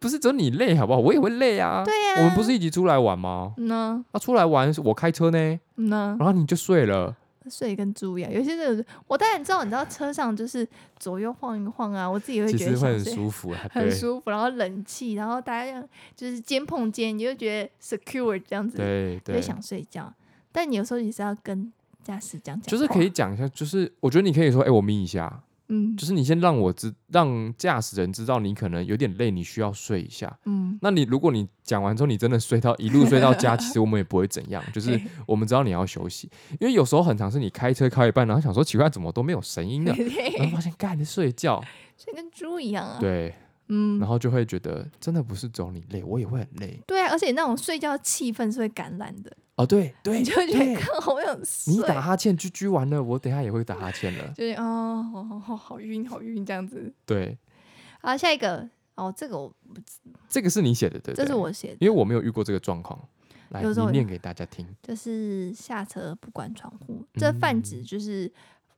[SPEAKER 1] 不是只有你累好不好？我也会累啊。
[SPEAKER 2] 对呀、
[SPEAKER 1] 我们不是一起出来玩吗？
[SPEAKER 2] 嗯呢
[SPEAKER 1] 啊，出来玩我开车呢，
[SPEAKER 2] 嗯呢，
[SPEAKER 1] 然后你就睡了。
[SPEAKER 2] 睡得跟猪一样。有些人，我当然知道，你知道车上就是左右晃一晃啊，我自己会
[SPEAKER 1] 其实
[SPEAKER 2] 觉得
[SPEAKER 1] 会
[SPEAKER 2] 想
[SPEAKER 1] 很
[SPEAKER 2] 睡。
[SPEAKER 1] 舒服啊，
[SPEAKER 2] 很
[SPEAKER 1] 对
[SPEAKER 2] 舒服，然后冷气，然后大家就是肩碰肩，你就觉得 secure 这样子，
[SPEAKER 1] 对
[SPEAKER 2] 就会
[SPEAKER 1] 对，
[SPEAKER 2] 想睡觉。但你有时候也是要跟驾驶讲讲，
[SPEAKER 1] 就是可以，讲一下，就是我觉得你可以说，哎，我眯一下，
[SPEAKER 2] 嗯
[SPEAKER 1] 就是你先让我知，让驾驶人知道你可能有点累，你需要睡一下。
[SPEAKER 2] 嗯，
[SPEAKER 1] 那你如果你讲完之后，你真的睡到一路睡到家，其实我们也不会怎样，就是
[SPEAKER 2] 对
[SPEAKER 1] 我们知道你要休息，因为有时候很常是你开车开一半，然后想说奇怪怎么都没有声音啊呢，然后
[SPEAKER 2] 对，
[SPEAKER 1] 发现干你在睡觉，
[SPEAKER 2] 睡跟猪一样啊，，
[SPEAKER 1] 嗯对，
[SPEAKER 2] 嗯
[SPEAKER 1] 然，后就会觉得真的不是只有你累，我也会很累
[SPEAKER 2] 对啊，而且那种睡觉气氛是会感染的，
[SPEAKER 1] 哦，对对
[SPEAKER 2] 你就觉得
[SPEAKER 1] 对，
[SPEAKER 2] 看好想睡，
[SPEAKER 1] 你打哈欠居居完了，我等一下也会打哈欠 了，
[SPEAKER 2] 就是哦，好好好好晕，好晕这样子。
[SPEAKER 1] 对，
[SPEAKER 2] 好，下一个哦，这个我
[SPEAKER 1] 这个是你写的对不对，
[SPEAKER 2] 这是，我写的，
[SPEAKER 1] 因为我没有遇过这个状况，来
[SPEAKER 2] 有时
[SPEAKER 1] 你
[SPEAKER 2] 候
[SPEAKER 1] 念给大家听，
[SPEAKER 2] 就是下车不关窗户，这泛指
[SPEAKER 1] 嗯
[SPEAKER 2] 就是。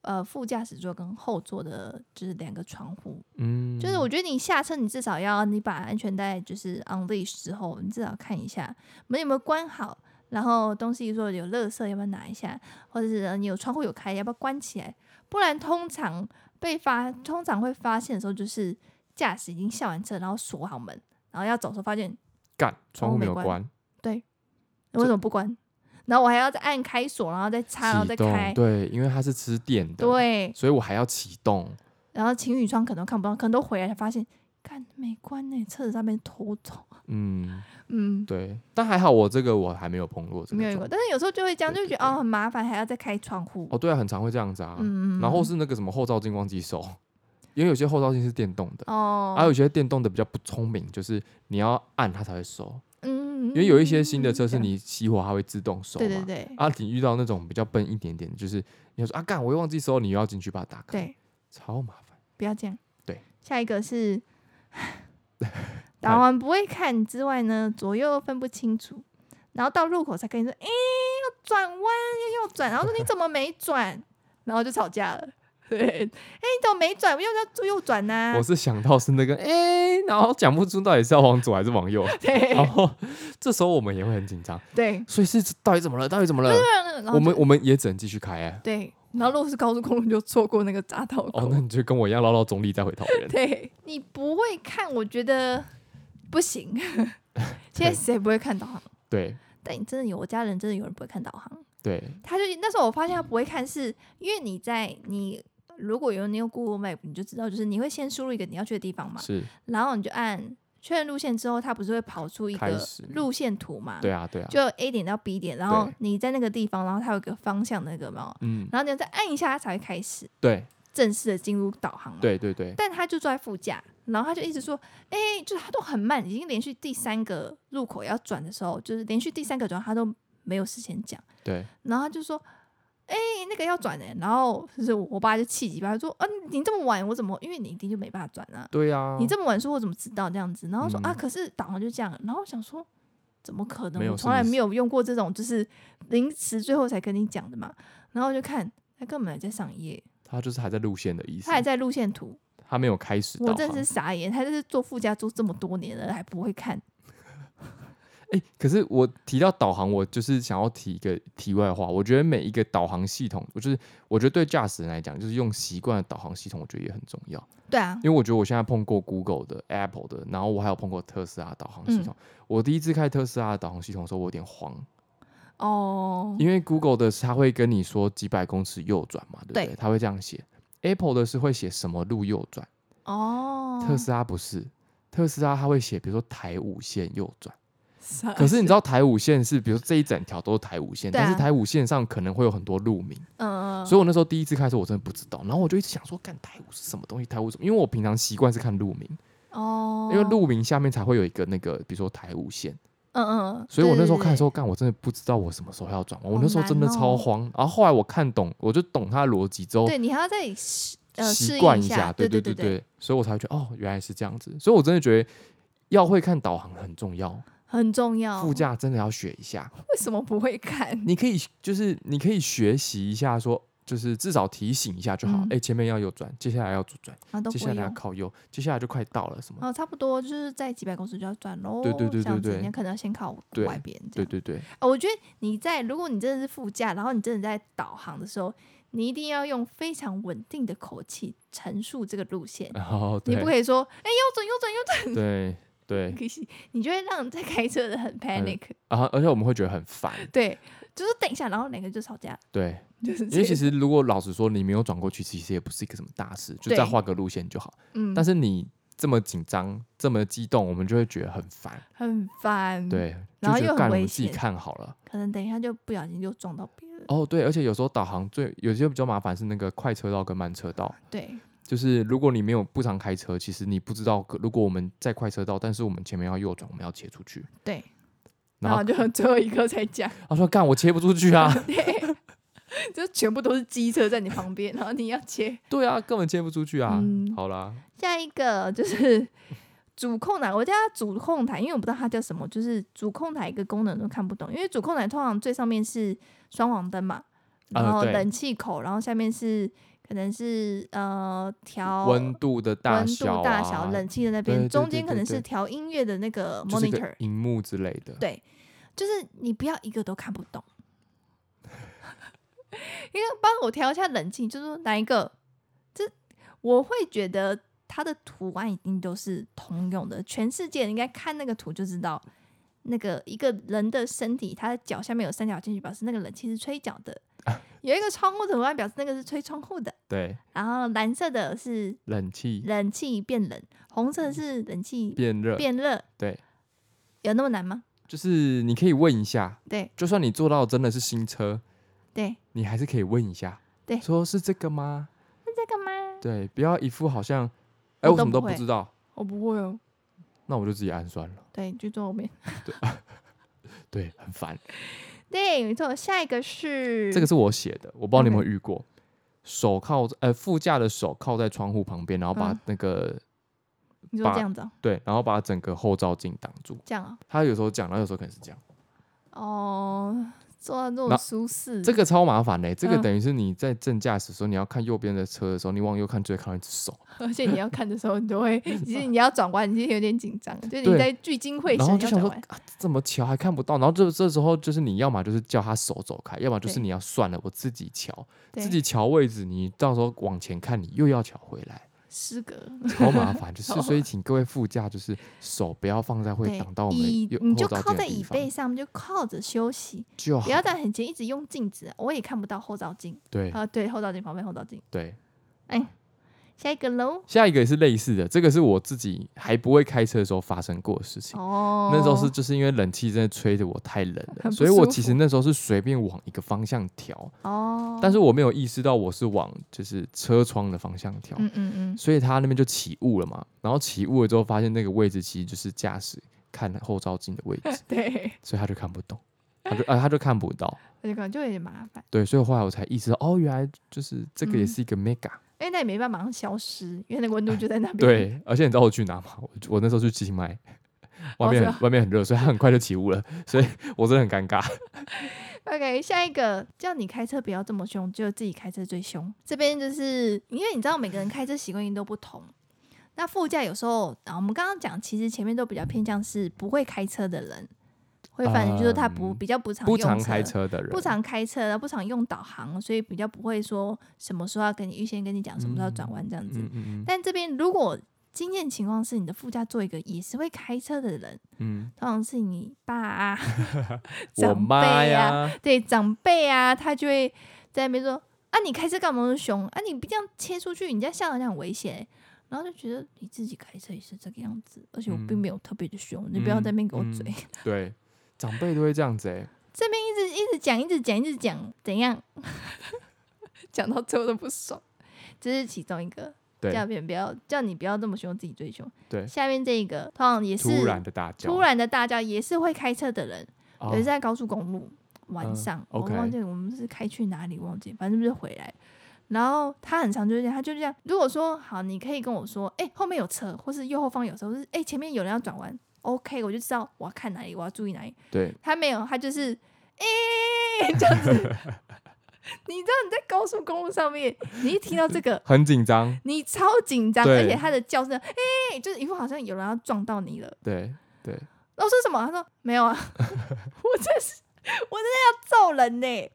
[SPEAKER 2] 呃，副驾驶座跟后座的，就是两个窗户，
[SPEAKER 1] 嗯，
[SPEAKER 2] 就是我觉得你下车，你至少要你把安全带就是 unleash 之后，你至少看一下门有没有关好，然后东西说有垃圾要不要拿一下，或者是呃你有窗户有开要不要关起来，不然通常被发通常会发现的时候就是驾驶已经下完车，然后锁好门，然后要走的时候发现
[SPEAKER 1] 干窗户没
[SPEAKER 2] 没
[SPEAKER 1] 有
[SPEAKER 2] 关
[SPEAKER 1] 关，
[SPEAKER 2] 你为什么不关，然后我还要再按开锁，然后再插，然后
[SPEAKER 1] 启
[SPEAKER 2] 再
[SPEAKER 1] 动，
[SPEAKER 2] 开，
[SPEAKER 1] 对，因为它是吃电的，，
[SPEAKER 2] 对，
[SPEAKER 1] 所以我还要启动。
[SPEAKER 2] 然后情侣窗可能看不到，可能都回来才发现，看没关呢、车子上面偷走，
[SPEAKER 1] 嗯，
[SPEAKER 2] 嗯。
[SPEAKER 1] 对，但还好我这个我还没有碰过这
[SPEAKER 2] 没有
[SPEAKER 1] 个
[SPEAKER 2] 用
[SPEAKER 1] 状
[SPEAKER 2] 过，。但是有时候就会这样，就
[SPEAKER 1] 对哦
[SPEAKER 2] 会觉得哦很麻烦，还要再开窗户。
[SPEAKER 1] 哦，对啊，很常会这样子啊。
[SPEAKER 2] 嗯嗯
[SPEAKER 1] 然后
[SPEAKER 2] 嗯
[SPEAKER 1] 是那个什么后照镜忘记收，因为有些后照镜是电动的，
[SPEAKER 2] 哦，
[SPEAKER 1] 而、有些电动的比较不聪明，就是你要按它才会收，
[SPEAKER 2] 嗯，
[SPEAKER 1] 因
[SPEAKER 2] 因
[SPEAKER 1] 为有一些新的车是你熄火它会自动收嘛。
[SPEAKER 2] 对对对
[SPEAKER 1] 啊，你遇到那种比较笨一点点的，就是你要说啊干，我又忘记收，你又要进去把它打开，
[SPEAKER 2] 对，
[SPEAKER 1] 超麻烦。
[SPEAKER 2] 不要这样。
[SPEAKER 1] 对，
[SPEAKER 2] 下一 个是打完不会看之外呢，左右分不清楚，然后到路口才跟你说，哎、要转弯，要要转，然后说你怎么没转， 然后就吵架了。对，哎、你怎么没转？我又要右转呐、
[SPEAKER 1] 我是想到是 那个哎、然后讲不出到底是要往左还是往右，然
[SPEAKER 2] 对
[SPEAKER 1] 后这时候我们也会很紧张，
[SPEAKER 2] 对，
[SPEAKER 1] 所以是到底怎么了？到底怎么了？
[SPEAKER 2] 啊然后
[SPEAKER 1] 嗯我们
[SPEAKER 2] 就
[SPEAKER 1] 我们也只能继续开哎、
[SPEAKER 2] 对，然后如果是高速公路，你就错过那个匝道口。
[SPEAKER 1] 哦，那你就跟我一样绕到中立再回桃园。
[SPEAKER 2] 对你不会看，我觉得不行。 现在谁不会看导航？
[SPEAKER 1] 对
[SPEAKER 2] 但你真的有，我家人真的有人不会看导航。
[SPEAKER 1] 对
[SPEAKER 2] 他就那时候我发现他不会看是，因为你在你如果有你有 Google Map，你就知道，就是你会先输入一个你要去的地方嘛，
[SPEAKER 1] 是，
[SPEAKER 2] 然后你就按确认路线之后，它不是会跑出一
[SPEAKER 1] 开
[SPEAKER 2] 个
[SPEAKER 1] 始
[SPEAKER 2] 路线图嘛？
[SPEAKER 1] 对啊对啊，
[SPEAKER 2] 就 A 点到 B 点，然后
[SPEAKER 1] 对
[SPEAKER 2] 你在那个地方，然后它有一个方向那个嘛，
[SPEAKER 1] 嗯，
[SPEAKER 2] 然后你要再按一下，它才会开始
[SPEAKER 1] 对
[SPEAKER 2] 正式的进入导航嘛。
[SPEAKER 1] 对对对，
[SPEAKER 2] 但他就坐在副驾，然后他就一直说：“哎、就是他都很慢，已经连续第三个入口要转的时候，就是连续第三个转，他都没有事先讲。
[SPEAKER 1] 对，
[SPEAKER 2] 然后他就说：‘哎、那个要转的、然后就是我爸就气急败坏说：‘啊，你这么晚，我怎么？因为你一定就没办法转啊！
[SPEAKER 1] 对啊，
[SPEAKER 2] 你这么晚说，我怎么知道这样子？’然后说：‘啊，
[SPEAKER 1] 嗯
[SPEAKER 2] 可是导航就这样。’然后我想说。怎么可
[SPEAKER 1] 没
[SPEAKER 2] 能？
[SPEAKER 1] 有
[SPEAKER 2] 我
[SPEAKER 1] 是
[SPEAKER 2] 从来
[SPEAKER 1] 你
[SPEAKER 2] 没有用过这种，就是临时最后才跟你讲的嘛。然后我就看他根本还在上一页，
[SPEAKER 1] 他就是还在路线的意思，
[SPEAKER 2] 他还在路线图，
[SPEAKER 1] 他没有开始导
[SPEAKER 2] 我
[SPEAKER 1] 航。
[SPEAKER 2] 真是傻眼，他就是做副驾做这么多年了，还不会看。
[SPEAKER 1] 哎、可是我提到导航，我就是想要提一个题外话。我觉得每一个导航系统，我就是我觉得对驾驶人来讲，就是用习惯的导航系统，我觉得也很重要。
[SPEAKER 2] 对啊，
[SPEAKER 1] 因为我觉得我现在碰过 Google 的、Apple 的，然后我还有碰过特斯拉的导航
[SPEAKER 2] 嗯
[SPEAKER 1] 系统。我第一次开特斯拉的导航系统的时候，我有点慌，
[SPEAKER 2] 哦，
[SPEAKER 1] 因为 Google 的是它会跟你说几百公尺右转嘛，对不对？
[SPEAKER 2] 对
[SPEAKER 1] 它会这样写。Apple 的是会写什么路右转，
[SPEAKER 2] 哦，
[SPEAKER 1] 特斯拉不是。特斯拉它会写，比如说台五线右转。
[SPEAKER 2] 傻
[SPEAKER 1] 可是你知道台五线是，比如说这一整条都是台五线，
[SPEAKER 2] 啊对啊
[SPEAKER 1] 但是台五线上可能会有很多路名，
[SPEAKER 2] 嗯，
[SPEAKER 1] 所以我那时候第一次开的时候我真的不知道，然后我就一直想说，干台五是什么东西？台五什么？因为我平常习惯是看路名，
[SPEAKER 2] 哦，
[SPEAKER 1] 因为路名下面才会有一个那个，比如说台五线，
[SPEAKER 2] 嗯，嗯嗯，
[SPEAKER 1] 所以我那时候
[SPEAKER 2] 对
[SPEAKER 1] 看的时候，干我真的不知道我什么时候要转弯，我
[SPEAKER 2] 好
[SPEAKER 1] 那时候真的
[SPEAKER 2] 难哦
[SPEAKER 1] 超慌。然后后来我看懂，我就懂它的逻辑之后
[SPEAKER 2] 对，对对对你还要再适呃适
[SPEAKER 1] 习
[SPEAKER 2] 应
[SPEAKER 1] 惯
[SPEAKER 2] 一
[SPEAKER 1] 下，
[SPEAKER 2] 对
[SPEAKER 1] 对
[SPEAKER 2] 对
[SPEAKER 1] 对，所以我才会觉得哦，原来是这样子。所以我真的觉得要会看导航很重要，
[SPEAKER 2] 很重要。
[SPEAKER 1] 副驾真的要学一 下。
[SPEAKER 2] 为什么不会看？
[SPEAKER 1] 你可以就是你可以学习一下说。就是至少提醒一下就好，哎、
[SPEAKER 2] 嗯
[SPEAKER 1] 前面要右转，接下来要左转，
[SPEAKER 2] 啊，都
[SPEAKER 1] 接
[SPEAKER 2] 不
[SPEAKER 1] 下
[SPEAKER 2] 会
[SPEAKER 1] 来要
[SPEAKER 2] 用。
[SPEAKER 1] 靠右，接下来就快到了什么？
[SPEAKER 2] 哦，差不多就是在几百公尺就要转喽。
[SPEAKER 1] 对对对
[SPEAKER 2] 这样
[SPEAKER 1] 对
[SPEAKER 2] 子
[SPEAKER 1] 对
[SPEAKER 2] 你可能要先靠
[SPEAKER 1] 对
[SPEAKER 2] 外边
[SPEAKER 1] 对
[SPEAKER 2] 这样。
[SPEAKER 1] 对对，
[SPEAKER 2] 哦，我觉得你在如果你真的是副驾，然后你真的在导航的时候，你一定要用非常稳定的口气陈述这个路线。
[SPEAKER 1] 然后
[SPEAKER 2] 你
[SPEAKER 1] 啊对
[SPEAKER 2] 不可以嗯说， 哎、右转右转右转，
[SPEAKER 1] 对对，嗯
[SPEAKER 2] 可惜你就会让在开车的很 panic，、
[SPEAKER 1] 然后而且我们会觉得很烦，
[SPEAKER 2] 对，就是等一下，然后两个就吵架，
[SPEAKER 1] 对，
[SPEAKER 2] 就是
[SPEAKER 1] 嗯因为其
[SPEAKER 2] 实，
[SPEAKER 1] 实如果老实说，你没有转过去，其实也不是一个什么大事，就再
[SPEAKER 2] 对
[SPEAKER 1] 画个路线就好。
[SPEAKER 2] 嗯，
[SPEAKER 1] 但是你这么紧张、这么激动，我们就会觉得很烦，
[SPEAKER 2] 很烦，，
[SPEAKER 1] 对，就
[SPEAKER 2] 嗯然后
[SPEAKER 1] 觉
[SPEAKER 2] 又
[SPEAKER 1] 得
[SPEAKER 2] 很
[SPEAKER 1] 干我
[SPEAKER 2] 危
[SPEAKER 1] 们自己
[SPEAKER 2] 险
[SPEAKER 1] 看好了。
[SPEAKER 2] 可能等一下就不小心就撞到别人，
[SPEAKER 1] 哦，对，而且有时候导航最有些比较麻烦是那个快车道跟慢车道，
[SPEAKER 2] 对，
[SPEAKER 1] 就是如果你没有不常开车，其实你不知道可，如果我们在快车道，但是我们前面要右转，我们要切出去，
[SPEAKER 2] 对，
[SPEAKER 1] 然
[SPEAKER 2] 然后
[SPEAKER 1] 后
[SPEAKER 2] 就最后一刻才讲，
[SPEAKER 1] 他说干我切不出去 啊，
[SPEAKER 2] 对，就全部都是机车在你旁边，然后你要切，
[SPEAKER 1] 对啊，根本切不出去啊，
[SPEAKER 2] 嗯
[SPEAKER 1] 好啦，
[SPEAKER 2] 下一个就是。主控台，我叫它主控台，因为我不知道它叫什么，就是主控台一个功能都看不懂。因为主控台通常最上面是双黄灯嘛，
[SPEAKER 1] 呃
[SPEAKER 2] 然后
[SPEAKER 1] 对
[SPEAKER 2] 冷气口，然后下面是可能是呃调
[SPEAKER 1] 温度的大
[SPEAKER 2] 温度
[SPEAKER 1] 小、啊、
[SPEAKER 2] 大小、冷气的那
[SPEAKER 1] 对
[SPEAKER 2] 边，
[SPEAKER 1] 对
[SPEAKER 2] 中
[SPEAKER 1] 对
[SPEAKER 2] 间
[SPEAKER 1] 对
[SPEAKER 2] 可能是
[SPEAKER 1] 对
[SPEAKER 2] 调音乐的那个
[SPEAKER 1] 就是一个
[SPEAKER 2] monitor，
[SPEAKER 1] 荧幕之类的，
[SPEAKER 2] 对，就是你不要一个都看不懂。 因为帮我调一下冷气，就是说哪一个，这我会觉得它的图案一定都是通用的，全世界你应该看那个图就知道，那个一个人的身体，他的脚下面有三角进去，表示那个冷气是吹脚的；有一个窗户的图案，表示那个是吹窗户的；
[SPEAKER 1] 对，
[SPEAKER 2] 然后蓝色的是
[SPEAKER 1] 冷气
[SPEAKER 2] 冷气变冷，红色是冷气
[SPEAKER 1] 变热，
[SPEAKER 2] 变热，
[SPEAKER 1] 对，
[SPEAKER 2] 有那么难吗？
[SPEAKER 1] 就是你可以问一下，
[SPEAKER 2] 对
[SPEAKER 1] 就算你做到真的是新车，
[SPEAKER 2] 对，
[SPEAKER 1] 你还是可以问一下，
[SPEAKER 2] 对
[SPEAKER 1] 说是这个吗？
[SPEAKER 2] 是这个吗？
[SPEAKER 1] 对，不要一副好像哎、我
[SPEAKER 2] 我都
[SPEAKER 1] 什么都
[SPEAKER 2] 不
[SPEAKER 1] 不
[SPEAKER 2] 会
[SPEAKER 1] 知道，
[SPEAKER 2] 我不会哦。
[SPEAKER 1] 那我就自己按算了。
[SPEAKER 2] 对，就坐后面。
[SPEAKER 1] 对，很烦。
[SPEAKER 2] 对，没错。下一个是
[SPEAKER 1] 这个是我写的，我不知道你有没有遇过，手靠呃副驾的手靠在窗户旁边，然后把
[SPEAKER 2] 嗯
[SPEAKER 1] 那个、
[SPEAKER 2] 你说
[SPEAKER 1] 把
[SPEAKER 2] 这样子、啊，
[SPEAKER 1] 对，然后把整个后照镜挡住。
[SPEAKER 2] 这样啊？
[SPEAKER 1] 他有时候讲，然后有时候可能是这样，
[SPEAKER 2] 哦，坐到那
[SPEAKER 1] 那
[SPEAKER 2] 种舒适，
[SPEAKER 1] 这个超麻烦嘞、这个
[SPEAKER 2] 嗯
[SPEAKER 1] 等于是你在正驾驶的时候，你要看右边的车的时候，你往右看就会看到一只手，
[SPEAKER 2] 而且你要看的时候，你 都会，其实你要转弯，你其实有点紧张，就是你
[SPEAKER 1] 对
[SPEAKER 2] 在聚精会
[SPEAKER 1] 然
[SPEAKER 2] 神
[SPEAKER 1] 后
[SPEAKER 2] 要
[SPEAKER 1] 就想
[SPEAKER 2] 转
[SPEAKER 1] 说
[SPEAKER 2] 弯。
[SPEAKER 1] 啊，这么巧还看不到，然后这这时候就是你要么就是叫他手走开，要么就是
[SPEAKER 2] 对
[SPEAKER 1] 你要算了，我自己瞧，
[SPEAKER 2] 对
[SPEAKER 1] 自己瞧位置，你到时候往前看，你又要瞧回 来，
[SPEAKER 2] 失格，
[SPEAKER 1] 超麻烦。就是
[SPEAKER 2] 超
[SPEAKER 1] 所以请各位副驾就是手不要放在会
[SPEAKER 2] 对
[SPEAKER 1] 挡到我，们
[SPEAKER 2] 椅
[SPEAKER 1] 右
[SPEAKER 2] 你
[SPEAKER 1] 后
[SPEAKER 2] 就
[SPEAKER 1] 照
[SPEAKER 2] 靠
[SPEAKER 1] 镜的
[SPEAKER 2] 在
[SPEAKER 1] 地
[SPEAKER 2] 椅
[SPEAKER 1] 方
[SPEAKER 2] 背上，就靠着 休息，
[SPEAKER 1] 就好
[SPEAKER 2] 不。要在很前，一直用镜子，我也看不到后照镜
[SPEAKER 1] 对
[SPEAKER 2] 啊、对，后照镜旁边后照镜。
[SPEAKER 1] 对，
[SPEAKER 2] 下一个喽，
[SPEAKER 1] 下一个也是类似的，这个是我自己还不会开车的时候发生过的事情。
[SPEAKER 2] 哦，
[SPEAKER 1] 那时候是就是因为冷气真的吹得我太冷了，
[SPEAKER 2] 很不
[SPEAKER 1] 所以我
[SPEAKER 2] 舒
[SPEAKER 1] 其
[SPEAKER 2] 服
[SPEAKER 1] 实那时候是随便往一个方向调，
[SPEAKER 2] 哦，
[SPEAKER 1] 但是我没有意识到我是往就是车窗的方向调，
[SPEAKER 2] 嗯嗯 嗯，，
[SPEAKER 1] 所以他那边就起雾了嘛。然后起雾了之后，发现那个位置其实就是驾驶看后照镜的位置
[SPEAKER 2] 对，
[SPEAKER 1] 所以他就看不懂，他就啊、他就看不到。
[SPEAKER 2] 那就可能就有点麻烦。
[SPEAKER 1] 对，所以后来我才意识到，哦，原来就是这个也
[SPEAKER 2] 嗯
[SPEAKER 1] 是一个 mega、
[SPEAKER 2] 哎，那也没办法马上消失，因为那个温度就在那边。，
[SPEAKER 1] 对，而且你知道我去哪吗？我我那时候去清迈，外
[SPEAKER 2] 哦
[SPEAKER 1] 面
[SPEAKER 2] 是
[SPEAKER 1] 很、
[SPEAKER 2] 啊哦
[SPEAKER 1] 外面很热，所以它很快就起雾了，所以我真的很尴尬。
[SPEAKER 2] OK，下一个叫你开车不要这么凶，只有自己开车最凶。这边就是因为你知道每个人开车习惯都不同，那副驾有时候啊，我们刚刚讲，其实前面都比较偏向是不会开车的人会犯，就是他不
[SPEAKER 1] 嗯
[SPEAKER 2] 比较不常
[SPEAKER 1] 不
[SPEAKER 2] 用
[SPEAKER 1] 常开车的人，
[SPEAKER 2] 不常开车啊的，不常用导航，所以比较不会说什么时候要跟你预先跟你讲什么时候要转弯这样子。
[SPEAKER 1] 嗯嗯嗯
[SPEAKER 2] 但这边如果经验情况是你的副驾坐一个也是会开车的人，
[SPEAKER 1] 嗯，
[SPEAKER 2] 通常是你爸啊、
[SPEAKER 1] 我
[SPEAKER 2] 长
[SPEAKER 1] 妈
[SPEAKER 2] 辈啊，
[SPEAKER 1] 呀，
[SPEAKER 2] 对长辈啊，他就会在那边说：“啊，你开车干嘛那么凶？啊，你不这样切出去，你这样下好像很危险欸、然后就觉得你自己开车也是这个样子，而且我
[SPEAKER 1] 嗯
[SPEAKER 2] 并没有特别的凶，你不要在那边给我嘴，
[SPEAKER 1] 嗯嗯对，长辈都会这样子哎、
[SPEAKER 2] 一直一直讲，一直讲，一直讲，怎 样？讲到最后都不爽。这是其中一个，叫
[SPEAKER 1] 对，
[SPEAKER 2] 别人不要叫你不要这么凶，自己最凶。
[SPEAKER 1] 对
[SPEAKER 2] 下面这一个通常也是
[SPEAKER 1] 突然的大叫，
[SPEAKER 2] 突然的大叫，也是会开车的人，
[SPEAKER 1] 哦
[SPEAKER 2] 有一次在高速公路晚
[SPEAKER 1] 嗯
[SPEAKER 2] 上，
[SPEAKER 1] ，OK
[SPEAKER 2] 我忘记我们是开去哪里，忘记，反正就是回来。然后他很常就是这样，他就这样。如果说好，你可以跟我说，哎、后面有车，或是右后方有车，或是哎、前面有人要转弯，OK，我就知道我要看哪里，我要注意哪里。
[SPEAKER 1] 对，
[SPEAKER 2] 他没有，他就是哎、这 样子。你知道你在高速公路上面，你一听到这个，
[SPEAKER 1] 很紧张，
[SPEAKER 2] 你超紧张，
[SPEAKER 1] 对
[SPEAKER 2] 而且他的叫声，哎、就是一副好像有人要撞到你了。
[SPEAKER 1] 对对，
[SPEAKER 2] 然后说什么？他说没有啊， 我这是我真的要揍人呢、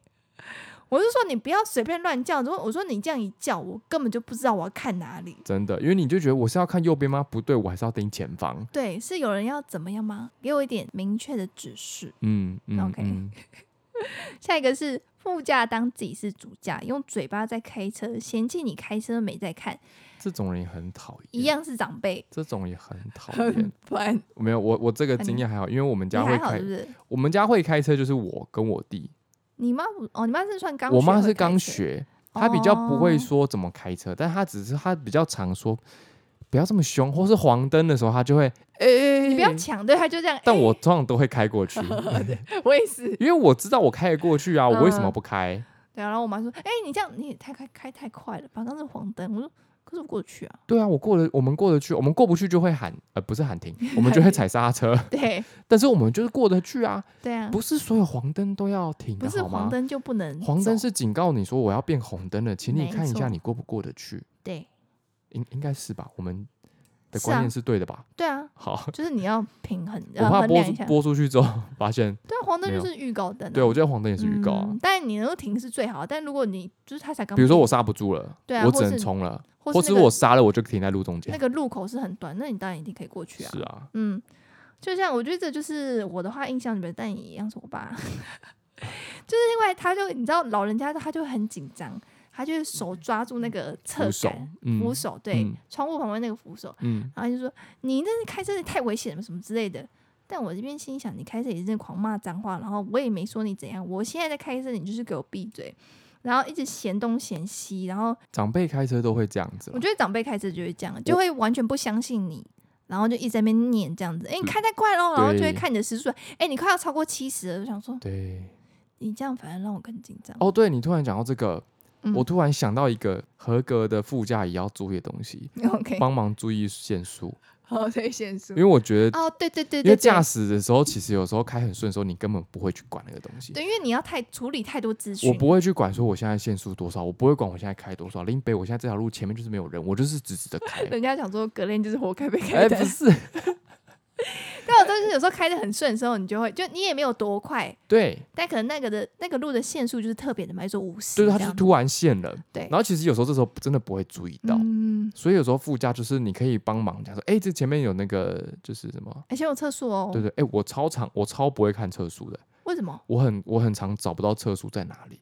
[SPEAKER 2] 我是说你不要随便乱叫，如果我说你这样一叫，我根本就不知道我要看哪里。
[SPEAKER 1] 真的，因为你就觉得我是要看右边吗？不对，我还是要盯前方。
[SPEAKER 2] 对，是有人要怎么样吗？给我一点明确的指示。
[SPEAKER 1] 嗯嗯
[SPEAKER 2] OK
[SPEAKER 1] 嗯
[SPEAKER 2] 下一个是副驾当自己是主驾，用嘴巴在开车，嫌弃你开车没在看，
[SPEAKER 1] 这种人也很讨厌，
[SPEAKER 2] 一，样是长辈，
[SPEAKER 1] 这种也很讨
[SPEAKER 2] 很
[SPEAKER 1] 厌。
[SPEAKER 2] 烦。
[SPEAKER 1] 没有，我我这个
[SPEAKER 2] 那
[SPEAKER 1] 经
[SPEAKER 2] 你
[SPEAKER 1] 验还好，因为我们
[SPEAKER 2] 你
[SPEAKER 1] 家会
[SPEAKER 2] 还好
[SPEAKER 1] 开
[SPEAKER 2] 是不，是？
[SPEAKER 1] 我们家会开车就是我跟我弟，
[SPEAKER 2] 你妈不哦，你妈是算刚学
[SPEAKER 1] 我妈
[SPEAKER 2] 会
[SPEAKER 1] 是
[SPEAKER 2] 开
[SPEAKER 1] 刚
[SPEAKER 2] 车，
[SPEAKER 1] 学，她比较不会
[SPEAKER 2] 哦
[SPEAKER 1] 说怎么开车，但她只是她比较常说不要这么凶，或是黄灯的时候她就会 哎、欸
[SPEAKER 2] 你不要抢，对，她就这样。
[SPEAKER 1] 但
[SPEAKER 2] 哎
[SPEAKER 1] 我通常都会开过去，
[SPEAKER 2] 我也是，
[SPEAKER 1] 因为我知道我开得过去啊，我为什么
[SPEAKER 2] 嗯
[SPEAKER 1] 不开？
[SPEAKER 2] 对啊，然后我妈说：“哎、你这样你也太开开太快了吧？刚是黄灯。”我说：“可是我过去啊。
[SPEAKER 1] 对啊，我过了，我们过得去，我们过不去就会喊，呃，不是喊停，我们就会踩刹车，”
[SPEAKER 2] 对
[SPEAKER 1] 但是我们就是过得去啊，
[SPEAKER 2] 对啊，
[SPEAKER 1] 不是所有黄灯都要停
[SPEAKER 2] 不
[SPEAKER 1] 的
[SPEAKER 2] 是
[SPEAKER 1] 好
[SPEAKER 2] 黄
[SPEAKER 1] 吗？
[SPEAKER 2] 灯就不能走，
[SPEAKER 1] 黄灯是警告你说我要变红灯了，请你
[SPEAKER 2] 没
[SPEAKER 1] 看一下
[SPEAKER 2] 错
[SPEAKER 1] 你过不过得去，
[SPEAKER 2] 对
[SPEAKER 1] 应应该是吧？我们的
[SPEAKER 2] 是
[SPEAKER 1] 观
[SPEAKER 2] 啊
[SPEAKER 1] 念是对的吧？
[SPEAKER 2] 对啊，
[SPEAKER 1] 好，
[SPEAKER 2] 就是你要平衡，
[SPEAKER 1] 我
[SPEAKER 2] 呃，
[SPEAKER 1] 怕
[SPEAKER 2] 衡
[SPEAKER 1] 播
[SPEAKER 2] 量
[SPEAKER 1] 出
[SPEAKER 2] 一下。
[SPEAKER 1] 播出去之后，发现
[SPEAKER 2] 对啊，黄灯
[SPEAKER 1] 没
[SPEAKER 2] 就
[SPEAKER 1] 有
[SPEAKER 2] 是预告灯、啊，
[SPEAKER 1] 对我觉得黄灯也是预告啊
[SPEAKER 2] 嗯。。但你能够停是最好，啊但如果你就是他才刚，
[SPEAKER 1] 比如说我，刹不住了，
[SPEAKER 2] 对啊
[SPEAKER 1] 我
[SPEAKER 2] 或
[SPEAKER 1] 只能
[SPEAKER 2] 是
[SPEAKER 1] 冲了，
[SPEAKER 2] 或
[SPEAKER 1] 或
[SPEAKER 2] 是
[SPEAKER 1] 是
[SPEAKER 2] 那个
[SPEAKER 1] 我刹了，我就停在路中
[SPEAKER 2] 那
[SPEAKER 1] 间。
[SPEAKER 2] 个路口是很短，那你当然一定可以过去啊。
[SPEAKER 1] 是啊，
[SPEAKER 2] 嗯，就像我觉得这就是我的话印象里面，但也一样是我爸， 就是因为他就你知道老人家他就很紧张，他就手抓住那个侧
[SPEAKER 1] 扶手
[SPEAKER 2] 杆。，
[SPEAKER 1] 嗯
[SPEAKER 2] 扶手，对，
[SPEAKER 1] 嗯
[SPEAKER 2] 窗户旁边那个扶手，
[SPEAKER 1] 嗯，
[SPEAKER 2] 然后他就说你那是开车也太危险了什么之类的。但我这边心想，你开车也是狂骂脏话，然后我也没说你怎样，我现在在开车，你就是给我闭嘴。然后一直嫌东嫌西，然后
[SPEAKER 1] 长辈开车都会这样子啦
[SPEAKER 2] 我，觉得长辈开始就会这样，就会完全不相信你，然后就一直在那边念这样子，哎、你开太快喽，然后就会
[SPEAKER 1] 嗯对
[SPEAKER 2] 看你的时速，哎、你快要超过七十了，就想说
[SPEAKER 1] 对。
[SPEAKER 2] 你这样反而让我更紧张。
[SPEAKER 1] 哦，对你突然讲到这个，
[SPEAKER 2] 嗯
[SPEAKER 1] 我突然想到一个合格的副驾也要注意的东西，
[SPEAKER 2] OK，
[SPEAKER 1] 帮忙注意限速，
[SPEAKER 2] 好，对，限速
[SPEAKER 1] 哦因为我觉得，
[SPEAKER 2] 哦，对对对对
[SPEAKER 1] 因为
[SPEAKER 2] 对，
[SPEAKER 1] 驾驶的时候，其实有时候开很顺的时候，你根本不会去管那个东西。
[SPEAKER 2] 对，因为你要太处理太多资讯，。
[SPEAKER 1] 我不会去管说我现在限速多少，我不会管我现在开多少。林北，我现在这条路前面就是没有人，我就是直直的开
[SPEAKER 2] 人家讲说格雷就是活该被
[SPEAKER 1] 哎、
[SPEAKER 2] 开单，
[SPEAKER 1] 不是，
[SPEAKER 2] 但我啊但是有时候开的很顺的时候，你就会就你也没有多快，
[SPEAKER 1] 对，
[SPEAKER 2] 但可能那个的那个路的限速就是特别的慢，说五十，
[SPEAKER 1] 就是它就是突然限了。
[SPEAKER 2] 对
[SPEAKER 1] 然后其实有时候这时候真的不会注意到，
[SPEAKER 2] 嗯，
[SPEAKER 1] 所以有时候副驾就是你可以帮忙讲说，哎、这前面有那个就是什么，
[SPEAKER 2] 而且有测速哦，
[SPEAKER 1] 对对，哎、我超常我超不会看车速的，
[SPEAKER 2] 为什么？
[SPEAKER 1] 我很我很常找不到测速在哪里。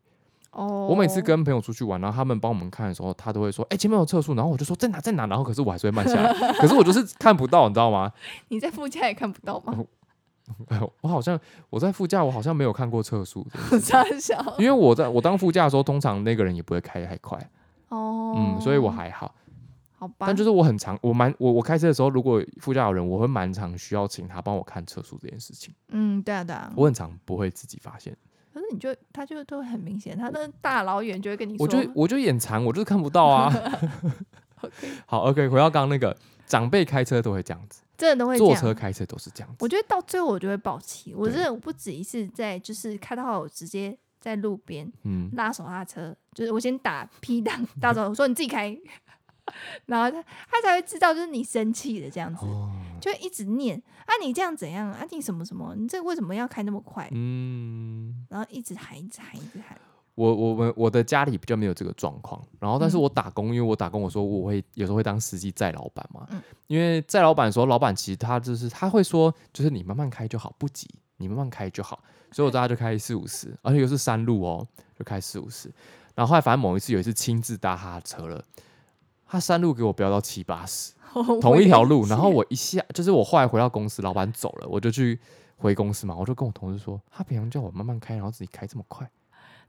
[SPEAKER 2] 哦，
[SPEAKER 1] 我每次跟朋友出去玩，然后他们帮我们看的时候，他都会说：“哎、前面有测速。”然后我就说：“在哪在哪？”然后可是我还是会慢下 来，可是我就是看不到，你知道吗？
[SPEAKER 2] 你在副驾也看不到吗？
[SPEAKER 1] 我好像我在副驾，我好像没有看过测速这件事情，
[SPEAKER 2] 傻笑
[SPEAKER 1] 因为我在我当副驾的时候，通常那个人也不会开太快，
[SPEAKER 2] 哦，
[SPEAKER 1] 嗯，所以我还好。
[SPEAKER 2] 好吧，
[SPEAKER 1] 但就是是我很常，我蛮我我开车的时候，如果副驾有人，我会蛮常需要请他帮我看测速这件事情，
[SPEAKER 2] 嗯，对啊对啊，
[SPEAKER 1] 我很常不会自己发现。
[SPEAKER 2] 可是你就他就都很明显，他那大老远就会跟你说，
[SPEAKER 1] 我就我就眼馋，我就是看不到 啊。 好，OK，回到刚刚那个，长辈开车都会这样子，
[SPEAKER 2] 真的都会这
[SPEAKER 1] 坐
[SPEAKER 2] 样
[SPEAKER 1] 车开车都是这样子。
[SPEAKER 2] 我觉得到最后我就会爆气，我
[SPEAKER 1] 对
[SPEAKER 2] 真的不止一次在就是开到我直接在路边
[SPEAKER 1] 嗯，
[SPEAKER 2] 拉手刹车，就是我先打 P 档大招，我说你自己开， 然后他他才会知道就是你生气的这样子，
[SPEAKER 1] 哦，
[SPEAKER 2] 就会一直念啊你这样怎样啊你什么什么，你这为什么要开那么快？
[SPEAKER 1] 嗯，
[SPEAKER 2] 然后一直喊，一直喊，一直喊。
[SPEAKER 1] 我我们我的家里比较没有这个状况，然后但是我打工，因为我打工，我说我会有时候会当司机载老板嘛，
[SPEAKER 2] 嗯
[SPEAKER 1] 因为载老板的时候，老板其实他就是他会说，就是你慢慢开就好，不急，你慢慢开就好，所以我大家就开四五十，而且又是山路哦，就开四五十，然后后来反正某一次有一次亲自搭他的车了，他山路给我飙到七八十，同一条路，然后我一下就是我后来回到公司，老板走了，我就去回公司嘛，我就跟我同事说，他平常叫我慢慢开，然后自己开这么快。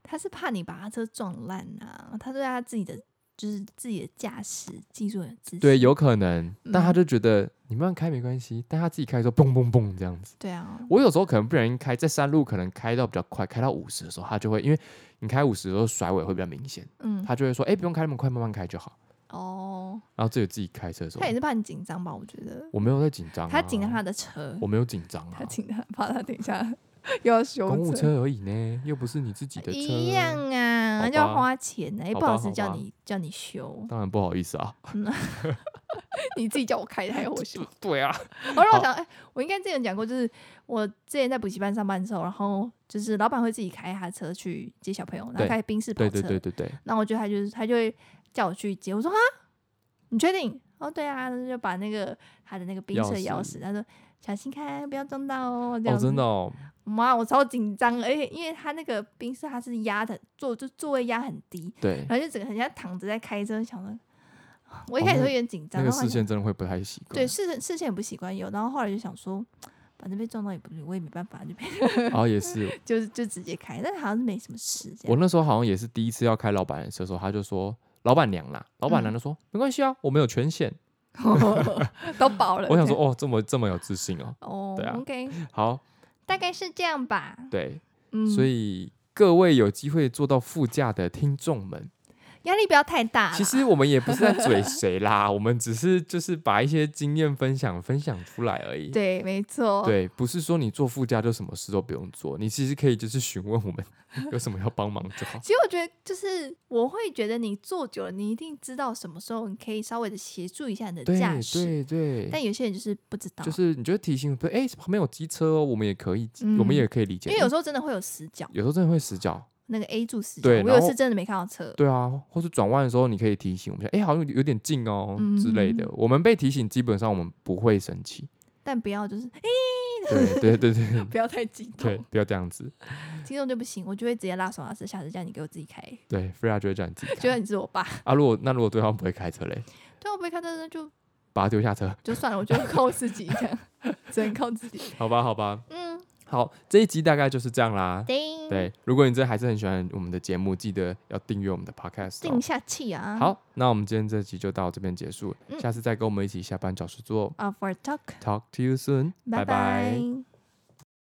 [SPEAKER 2] 他是怕你把他车撞烂啊，他对他自己的就是自己的驾驶技术很自信。
[SPEAKER 1] 对，有可能，但他
[SPEAKER 2] 嗯
[SPEAKER 1] 就觉得你慢慢开没关系，但他自己开的时候嘣嘣嘣这样子。
[SPEAKER 2] 对啊，
[SPEAKER 1] 我有时候可能不小心开在山路，可能开到比较快，开到五十的时候，他就会因为你开五十的时候甩尾会比较明显，
[SPEAKER 2] 嗯，
[SPEAKER 1] 他就会说：“哎、不用开那么快，慢慢开就好。
[SPEAKER 2] 哦，”
[SPEAKER 1] 然后自己自己开车的时候
[SPEAKER 2] 他，也是怕你紧张吧？我觉得
[SPEAKER 1] 我没有在紧张、啊，
[SPEAKER 2] 他紧张他，的车，
[SPEAKER 1] 我没有紧张啊
[SPEAKER 2] 他，紧张怕他等 一下又要修
[SPEAKER 1] 公务
[SPEAKER 2] 车。
[SPEAKER 1] 车而已呢，又不是你自己的车，
[SPEAKER 2] 一样啊，
[SPEAKER 1] 好
[SPEAKER 2] 就要
[SPEAKER 1] 吧
[SPEAKER 2] 花钱呢、也
[SPEAKER 1] 好
[SPEAKER 2] 不好
[SPEAKER 1] 吧
[SPEAKER 2] 意思
[SPEAKER 1] 好
[SPEAKER 2] 叫
[SPEAKER 1] 吧
[SPEAKER 2] 你叫你修，
[SPEAKER 1] 当然不好意思啊，
[SPEAKER 2] 你自己叫我开的还要 我修。
[SPEAKER 1] 对啊，
[SPEAKER 2] 我让我
[SPEAKER 1] 好
[SPEAKER 2] 想，哎、我应该之前讲过，就是我之前在补习班上班的时候，然后就是老板会自己开他车去接小朋友，然后
[SPEAKER 1] 对
[SPEAKER 2] 开宾士跑
[SPEAKER 1] 对
[SPEAKER 2] 车，
[SPEAKER 1] 对对对对，
[SPEAKER 2] 那我觉得他就是他就会叫我去接，我说啊，你确定？哦，对啊，那就把那个他的那个冰
[SPEAKER 1] 钥
[SPEAKER 2] 车
[SPEAKER 1] 匙
[SPEAKER 2] 钥匙，他说小心开，不要撞到哦，这样
[SPEAKER 1] 哦，
[SPEAKER 2] 子。
[SPEAKER 1] 真的哦，
[SPEAKER 2] 妈，我超紧张，而且因为他那个冰室他是压的座，就座位压很低，
[SPEAKER 1] 对，
[SPEAKER 2] 然后就整个很像躺着在开车，想着我一开始会有点紧张，
[SPEAKER 1] 哦那个
[SPEAKER 2] 然
[SPEAKER 1] 视
[SPEAKER 2] 后好像
[SPEAKER 1] 线真的会不太习惯，
[SPEAKER 2] 对视视线也不习惯有，然后后来就想说。反正被撞到也不是，我也没办法，就被
[SPEAKER 1] 然哦后也是，
[SPEAKER 2] 就是就直接开，但好像是没什么事这
[SPEAKER 1] 我
[SPEAKER 2] 样。
[SPEAKER 1] 那时候好像也是第一次要开老板的车的时候，他就说老板娘啦，老
[SPEAKER 2] 嗯
[SPEAKER 1] 板娘就说、没关系啊，我们有全险。
[SPEAKER 2] 都饱了。
[SPEAKER 1] 我想说哦，这么这么有自信哦。
[SPEAKER 2] 哦、
[SPEAKER 1] 对啊
[SPEAKER 2] o k
[SPEAKER 1] 好，
[SPEAKER 2] 大概是这样吧。
[SPEAKER 1] 对，
[SPEAKER 2] 嗯，
[SPEAKER 1] 所以各位有机会坐到副驾的听众们，
[SPEAKER 2] 压力不要太大啦。
[SPEAKER 1] 其实我们也不是在嘴谁啦，我们只是就是把一些经验分享分享出来而已。
[SPEAKER 2] 对，没错，
[SPEAKER 1] 对，不是说你坐副驾就什么事都不用做，你其实可以就是询问 我们有什么要帮忙就好。
[SPEAKER 2] 其实我觉得，就是我会觉得你坐久了，你一定知道什么时候你可以稍微的协助一下你的
[SPEAKER 1] 对
[SPEAKER 2] 驾驶。
[SPEAKER 1] 对对，
[SPEAKER 2] 但有些人就是不知道，
[SPEAKER 1] 就是你就会提醒，不是哎、旁边有机车哦，我们也可以，我
[SPEAKER 2] 嗯
[SPEAKER 1] 们也可以理解，
[SPEAKER 2] 因为有时候真的会有死角，
[SPEAKER 1] 有时候真的会死角，
[SPEAKER 2] 那个 A 柱死角，
[SPEAKER 1] 对
[SPEAKER 2] 我
[SPEAKER 1] 然
[SPEAKER 2] 有一
[SPEAKER 1] 后
[SPEAKER 2] 次真的没看到车。
[SPEAKER 1] 对啊，或是转弯的时候，你可以提醒我们一下，哎、好像有有点近哦、之类的
[SPEAKER 2] 嗯。
[SPEAKER 1] 我们被提醒，基本上我们不会生 气。
[SPEAKER 2] 但不要就是，哎、
[SPEAKER 1] 对对对 对
[SPEAKER 2] 不要太激
[SPEAKER 1] 对，
[SPEAKER 2] 动，
[SPEAKER 1] 不要这样子。
[SPEAKER 2] 激动就不行，我就会直接拉手拉车，下次叫你给我自己开，
[SPEAKER 1] 对，菲亚就会叫你自己
[SPEAKER 2] 觉
[SPEAKER 1] 开。
[SPEAKER 2] 得你是我爸。
[SPEAKER 1] 啊，如果那如果对方不会开车嘞，
[SPEAKER 2] 对，我不会开车那就
[SPEAKER 1] 把他丢下车，
[SPEAKER 2] 就算了，我就靠自己这样，只能靠自己。
[SPEAKER 1] 好吧，好吧。
[SPEAKER 2] 嗯，
[SPEAKER 1] 好，这一集大概就是这样啦。
[SPEAKER 2] 叮，
[SPEAKER 1] 对，如果你真的还是很喜欢我们的节目，记得要订阅我们的 podcast 哦、
[SPEAKER 2] 定下气啊。
[SPEAKER 1] 好，那我们今天这集就到这边结束了，
[SPEAKER 2] 嗯
[SPEAKER 1] 下次再跟我们一起下班找事做。
[SPEAKER 2] ，Off our talk，
[SPEAKER 1] Talk to you soon，
[SPEAKER 2] 拜拜